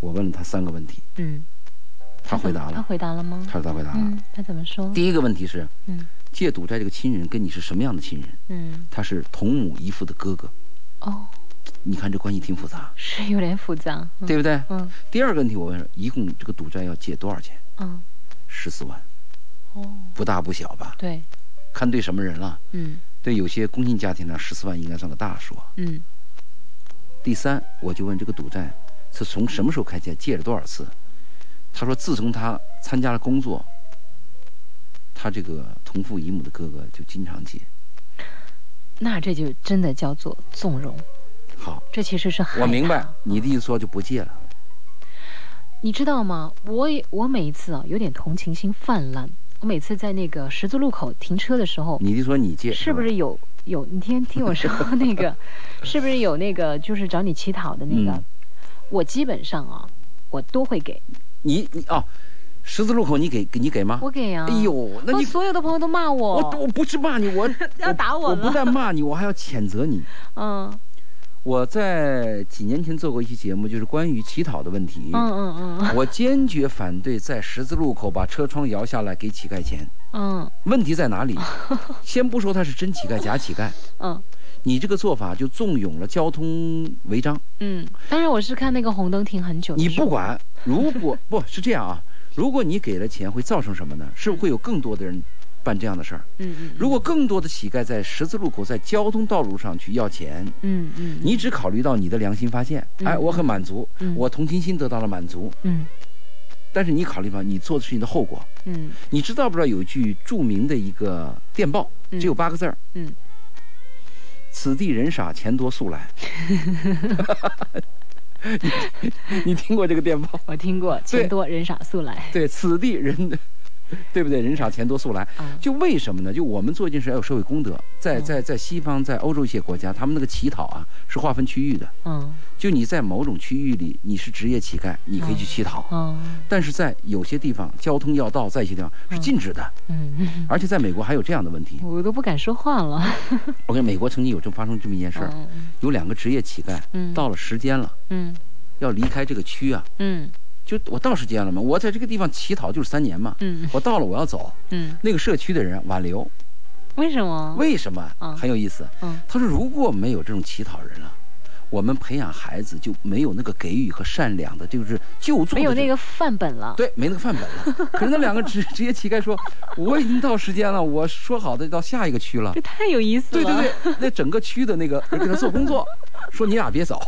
Speaker 3: 我问了他三个问题，
Speaker 2: 嗯，
Speaker 3: 他回答
Speaker 2: 他
Speaker 3: 了，
Speaker 2: 回答了吗？
Speaker 3: 他说他回答了。
Speaker 2: 哦嗯，他怎么说？
Speaker 3: 第一个问题是
Speaker 2: 嗯
Speaker 3: 借赌债这个亲人跟你是什么样的亲人？
Speaker 2: 嗯，
Speaker 3: 他是同母异父的哥哥，
Speaker 2: 哦，
Speaker 3: 你看这关系挺复杂，
Speaker 2: 是有点复杂。嗯
Speaker 3: 对不对？
Speaker 2: 嗯
Speaker 3: 第二个问题我问了，一共这个赌债要借多少钱？
Speaker 2: 嗯
Speaker 3: 十四万，
Speaker 2: 哦，
Speaker 3: 不大不小吧？
Speaker 2: 对，
Speaker 3: 看对什么人了。
Speaker 2: 嗯
Speaker 3: 对有些工薪家庭呢，十四万应该算个大数啊。
Speaker 2: 嗯
Speaker 3: 第三，我就问这个赌债是从什么时候开始借了多少次？他说，自从他参加了工作，他这个同父异母的哥哥就经常借。
Speaker 2: 那这就真的叫做纵容，
Speaker 3: 好，
Speaker 2: 这其实是害
Speaker 3: 我明白
Speaker 2: 怕
Speaker 3: 你的意思，说就不借了。
Speaker 2: 你知道吗？我也我每一次啊，有点同情心泛滥。我每次在那个十字路口停车的时候，
Speaker 3: 你的意思说你借嗯
Speaker 2: 是不
Speaker 3: 吧
Speaker 2: 是有有？你听听我说 那个，是不是有那个就是找你乞讨的那个？
Speaker 3: 嗯
Speaker 2: 我基本上啊，我都会给，
Speaker 3: 你你哦，十字路口你给给你给吗？
Speaker 2: 我给啊。
Speaker 3: 哎呦，那
Speaker 2: 我
Speaker 3: 你
Speaker 2: 所有的朋友都骂我，
Speaker 3: 我我不是骂你， 我
Speaker 2: 要打我
Speaker 3: 我，
Speaker 2: 了
Speaker 3: 不但骂你，我还要谴责你。
Speaker 2: 嗯
Speaker 3: 我在几年前做过一期节目，就是关于乞讨的问题。
Speaker 2: 嗯嗯嗯
Speaker 3: 我坚决反对在十字路口把车窗摇下来给乞丐钱。
Speaker 2: 嗯
Speaker 3: 问题在 哪里？先不说他是真乞丐假乞丐，
Speaker 2: 嗯
Speaker 3: 你这个做法就纵容了交通违章。
Speaker 2: 嗯。当然我是看那个红灯停很久的
Speaker 3: 你
Speaker 2: 时候，
Speaker 3: 不管， 如果不是这样啊，如果你给了钱，会造成什么呢？是会有更多的人办这样的事儿。
Speaker 2: 嗯嗯，
Speaker 3: 如果更多的乞丐在十字路口、在交通道路上去要钱，
Speaker 2: 嗯嗯，
Speaker 3: 你只考虑到你的良心发现，
Speaker 2: 嗯
Speaker 3: 哎，我很满足，
Speaker 2: 嗯
Speaker 3: 我同情心得到了满足，
Speaker 2: 嗯
Speaker 3: 但是你考虑吧，你做的事情的后果，
Speaker 2: 嗯
Speaker 3: 你知道不知道有一句著名的一个电报，
Speaker 2: 嗯
Speaker 3: 只有八个字儿，
Speaker 2: 嗯，
Speaker 3: 此地人傻钱多速来。 你 你听过这个电报？
Speaker 2: 我听过，钱多人傻速来
Speaker 3: 对，此地人， 对不对？人傻钱多速来。
Speaker 2: 啊，
Speaker 3: 就为什么呢？就我们做一件事要有社会公德，在
Speaker 2: 嗯
Speaker 3: 在在西方，在欧洲一些国家，他们那个乞讨啊是划分区域的，
Speaker 2: 嗯
Speaker 3: 就你在某种区域里你是职业乞丐，你可以去乞讨，
Speaker 2: 嗯
Speaker 3: 但是在有些地方，交通要道在一些地方是禁止的，
Speaker 2: 嗯，
Speaker 3: 而且在美国还有这样的问题。
Speaker 2: 我都不敢说话了。
Speaker 3: 我跟美国曾经有这么发生这么一件事儿，
Speaker 2: 嗯
Speaker 3: 有两个职业乞丐
Speaker 2: 嗯，
Speaker 3: 到了时间了
Speaker 2: 嗯
Speaker 3: 要离开这个区啊，
Speaker 2: 嗯
Speaker 3: 就我到时间了嘛，我在这个地方乞讨就是三年嘛，
Speaker 2: 嗯
Speaker 3: 我到了我要走，
Speaker 2: 嗯，
Speaker 3: 那个社区的人挽留，
Speaker 2: 为什么？
Speaker 3: 为什么
Speaker 2: 嗯？
Speaker 3: 很有意思。
Speaker 2: 嗯
Speaker 3: 他说，如果没有这种乞讨人了，我们培养孩子就没有那个给予和善良的，就是救助的
Speaker 2: 没有
Speaker 3: 这
Speaker 2: 那个范本了。
Speaker 3: 对，没那个范本 了。可是那两个职职业乞丐说，我已经到时间了，我说好的到下一个 区了
Speaker 2: 这。太有意思
Speaker 3: 对
Speaker 2: 了。
Speaker 3: 对对，那整个区的那个人给他做工作，说你俩别 走，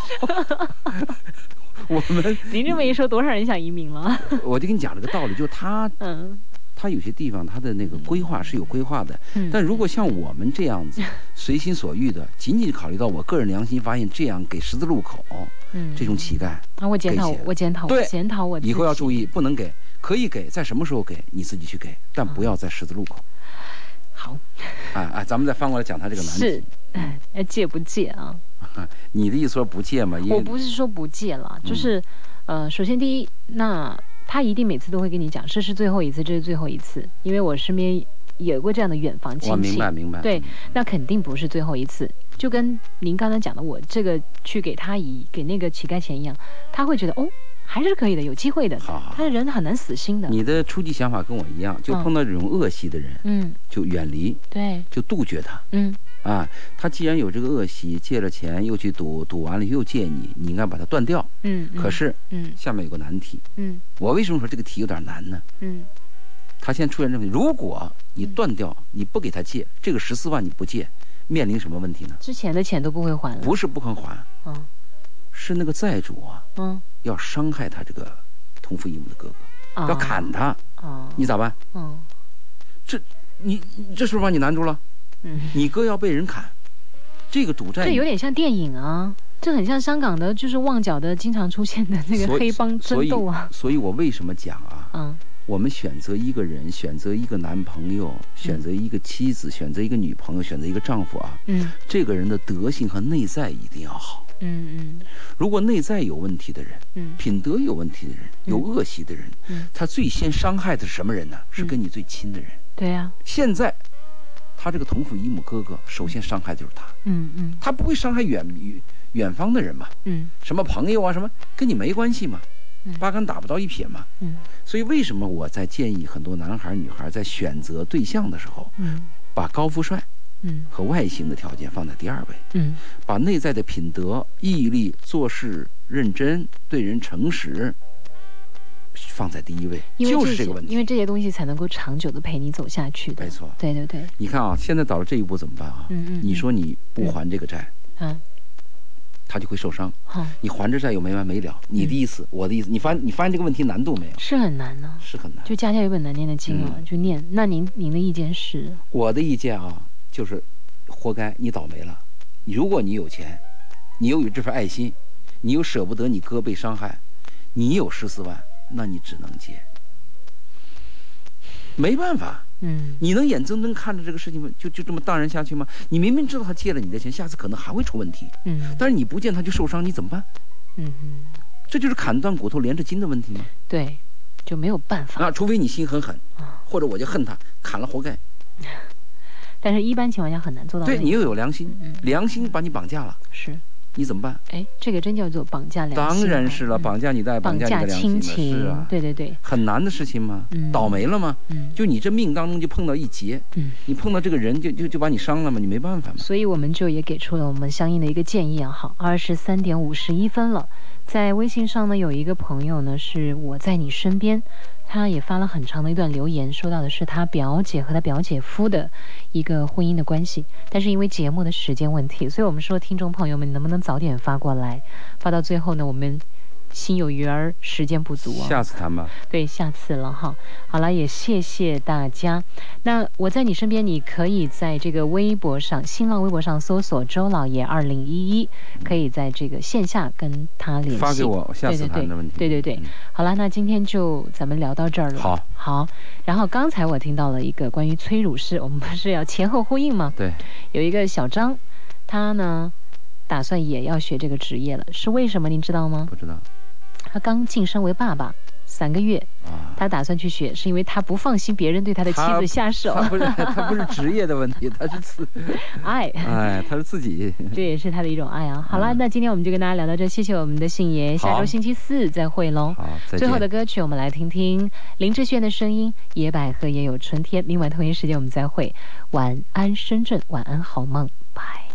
Speaker 3: 我们
Speaker 2: 您这么一说，多少人想移民了？
Speaker 3: 我就跟你讲这个道理，就是他
Speaker 2: 嗯
Speaker 3: 他有些地方他的那个规划是有规划的，
Speaker 2: 嗯
Speaker 3: 但如果像我们这样子随心所欲的，仅仅考虑到我个人良心发现，这样给十字路口
Speaker 2: 嗯，
Speaker 3: 这种乞丐，
Speaker 2: 啊，我检讨
Speaker 3: 给
Speaker 2: 我，
Speaker 3: 钱
Speaker 2: 我检讨我，
Speaker 3: 对
Speaker 2: 检讨我自己。
Speaker 3: 以后要注意，不能给，可以给，在什么时候给你自己去给，但
Speaker 2: 啊
Speaker 3: 不要在十字路口。
Speaker 2: 好，
Speaker 3: 哎哎，咱们再翻过来讲他这个难
Speaker 2: 是
Speaker 3: 题。，
Speaker 2: 哎，哎戒不戒啊？
Speaker 3: 你的意思说不戒嘛？因为
Speaker 2: 我不是说不戒了，
Speaker 3: 嗯
Speaker 2: 就是，呃，首先第一，那他一定每次都会跟你讲，这是最后一次，这是最后一次，因为我身边有过这样的远房
Speaker 3: 我
Speaker 2: 亲戚，
Speaker 3: 明白明白。嗯
Speaker 2: 对，那肯定不是最后一次。就跟您刚才讲的，我这个去给他以给那个乞丐钱一样，他会觉得哦，还是可以的，有机会的。
Speaker 3: 好好
Speaker 2: 他的人很难死心的。
Speaker 3: 你的初级想法跟我一样，就
Speaker 2: 嗯
Speaker 3: 碰到这种恶习的人，
Speaker 2: 嗯，
Speaker 3: 就远离，
Speaker 2: 对，
Speaker 3: 就杜绝他。
Speaker 2: 嗯
Speaker 3: 啊，他既然有这个恶习，借了钱又去赌，赌完了又借你，你应该把它断掉。
Speaker 2: 嗯。嗯
Speaker 3: 可，是
Speaker 2: 嗯
Speaker 3: 下面有个难题，
Speaker 2: 嗯
Speaker 3: 我为什么说这个题有点难呢？
Speaker 2: 嗯
Speaker 3: 他现在出现这个问题，如果你断掉，你不给他借这个十四万，你不借，面临什么问题呢？
Speaker 2: 之前的钱都不会还了。
Speaker 3: 不是不肯还，
Speaker 2: 嗯
Speaker 3: 是那个债主啊
Speaker 2: 嗯
Speaker 3: 要伤害他这个同父异母的哥哥，
Speaker 2: 啊
Speaker 3: 要砍他，
Speaker 2: 啊，
Speaker 3: 你咋办？
Speaker 2: 嗯
Speaker 3: 你你这是不是把你难住了？
Speaker 2: 嗯，
Speaker 3: 你哥要被人砍，这个赌债
Speaker 2: 这有点像电影啊，这很像香港的，就是旺角的经常出现的那个
Speaker 3: 所以
Speaker 2: 黑帮
Speaker 3: 所
Speaker 2: 争
Speaker 3: 以
Speaker 2: 斗啊。
Speaker 3: 所以我为什么讲啊？
Speaker 2: 嗯
Speaker 3: 我们选择一个人，选择一个男朋友，选择一个妻子，选择一个女朋友，选择一个丈夫啊，
Speaker 2: 嗯
Speaker 3: 这个人的德性和内在一定要好。
Speaker 2: 嗯
Speaker 3: 如果内在有问题的人，
Speaker 2: 嗯
Speaker 3: 品德有问题的人，有恶习的人，
Speaker 2: 嗯，
Speaker 3: 他最先伤害的是什么人呢？是跟你最亲的人。
Speaker 2: 对啊呀，
Speaker 3: 现在，他这个同父异母哥哥，首先伤害就是他，
Speaker 2: 嗯嗯
Speaker 3: 他不会伤害远远远方的人嘛，
Speaker 2: 嗯
Speaker 3: 什么朋友啊，什么跟你没关系嘛
Speaker 2: 嗯，
Speaker 3: 八竿打不到一撇嘛。
Speaker 2: 嗯
Speaker 3: 所以为什么我在建议很多男孩儿女孩儿在选择对象的时候，
Speaker 2: 嗯
Speaker 3: 把高富帅
Speaker 2: 嗯
Speaker 3: 和外形的条件放在第二位，
Speaker 2: 嗯
Speaker 3: 把内在的品德、毅力、做事认真、对人诚实放在第一位，
Speaker 2: 因为
Speaker 3: 就是
Speaker 2: 些
Speaker 3: 这个问
Speaker 2: 因为
Speaker 3: 题。
Speaker 2: 这些东西才能够长久的陪你走下去的。
Speaker 3: 没错
Speaker 2: 对对对，
Speaker 3: 你看啊，现在到了这一步怎么办啊？
Speaker 2: 嗯嗯
Speaker 3: 你说你不还这个债，
Speaker 2: 嗯，
Speaker 3: 他就会受伤。
Speaker 2: 好，
Speaker 3: 你还这债又没完没了，
Speaker 2: 嗯
Speaker 3: 你的意思，我的意思，你发你发现这个问题难度没有？
Speaker 2: 是很难呢、
Speaker 3: 是很难。
Speaker 2: 就家家有本难念的经啊，
Speaker 3: 嗯
Speaker 2: 就念。那您您的意见是？
Speaker 3: 我的意见啊，就是活该你倒霉了。如果你有钱，你又有这份爱心，你又舍不得你哥被伤害，你有十四万，那你只能借。没办法，
Speaker 2: 嗯
Speaker 3: 你能眼睁睁看着这个事情就就这么荡然下去吗？你明明知道他借了你的钱，下次可能还会出问题，
Speaker 2: 嗯
Speaker 3: 但是你不见他就受伤，你怎么办？
Speaker 2: 嗯嗯，
Speaker 3: 这就是砍断骨头连着筋的问题吗？
Speaker 2: 对，就没有办法。
Speaker 3: 啊，除非你心很狠，
Speaker 2: 啊
Speaker 3: 或者我就恨他，砍了活该。
Speaker 2: 但是一般情况下很难做到那
Speaker 3: 对
Speaker 2: 个。
Speaker 3: 你又有良心
Speaker 2: 嗯，
Speaker 3: 良心把你绑架了，
Speaker 2: 是，
Speaker 3: 你怎么办？
Speaker 2: 哎，这个真叫做绑架良心啊。
Speaker 3: 当然是了，
Speaker 2: 嗯
Speaker 3: 绑架你的爱，
Speaker 2: 绑
Speaker 3: 架你的良
Speaker 2: 亲
Speaker 3: 心的
Speaker 2: 情。
Speaker 3: 是啊，
Speaker 2: 对对对，
Speaker 3: 很难的事情吗？
Speaker 2: 嗯
Speaker 3: 倒霉了吗？
Speaker 2: 嗯
Speaker 3: 就你这命当中就碰到一劫，
Speaker 2: 嗯。
Speaker 3: 你碰到这个人就就就把你伤了嘛，你没办法嘛。
Speaker 2: 所以我们就也给出了我们相应的一个建议啊。好，二十三点五十一分了，在微信上呢，有一个朋友呢是我在你身边，他也发了很长的一段留言，说到的是他表姐和他表姐夫的一个婚姻的关系。但是因为节目的时间问题，所以我们说听众朋友们能不能早点发过来？发到最后呢，我们心有余而时间不足啊、
Speaker 3: 下次谈吧。
Speaker 2: 对，下次了哈。好了，也谢谢大家。那我在你身边，你可以在这个微博上、新浪微博上搜索“周老爷二零一一”，可以在这个线下跟他联系。
Speaker 3: 发给我，下次谈的问题。嗯
Speaker 2: 对对对，对对对好了，那今天就咱们聊到这儿了。
Speaker 3: 好，
Speaker 2: 好。然后刚才我听到了一个关于催乳师，我们不是要前后呼应吗？
Speaker 3: 对，
Speaker 2: 有一个小张，他呢打算也要学这个职业了，是为什么？您知道吗？
Speaker 3: 不知道。
Speaker 2: 他刚晋升为爸爸三个月。
Speaker 3: 啊，
Speaker 2: 他打算去学，是因为他不放心别人对他的妻子下手。
Speaker 3: 他不是 他不是职业的问题，他是 自
Speaker 2: 爱，
Speaker 3: 哎，他是自己。
Speaker 2: 这也是他的一种爱啊。好了，
Speaker 3: 嗯
Speaker 2: 那今天我们就跟大家聊到这，谢谢我们的信爷，下
Speaker 3: 好
Speaker 2: 周星期四再会喽。
Speaker 3: 好，再见。
Speaker 2: 最后的歌曲，我们来听听林志炫的声音，《野百合也有春天》。明晚同一时间我们再会，晚安深圳，晚安好梦，拜。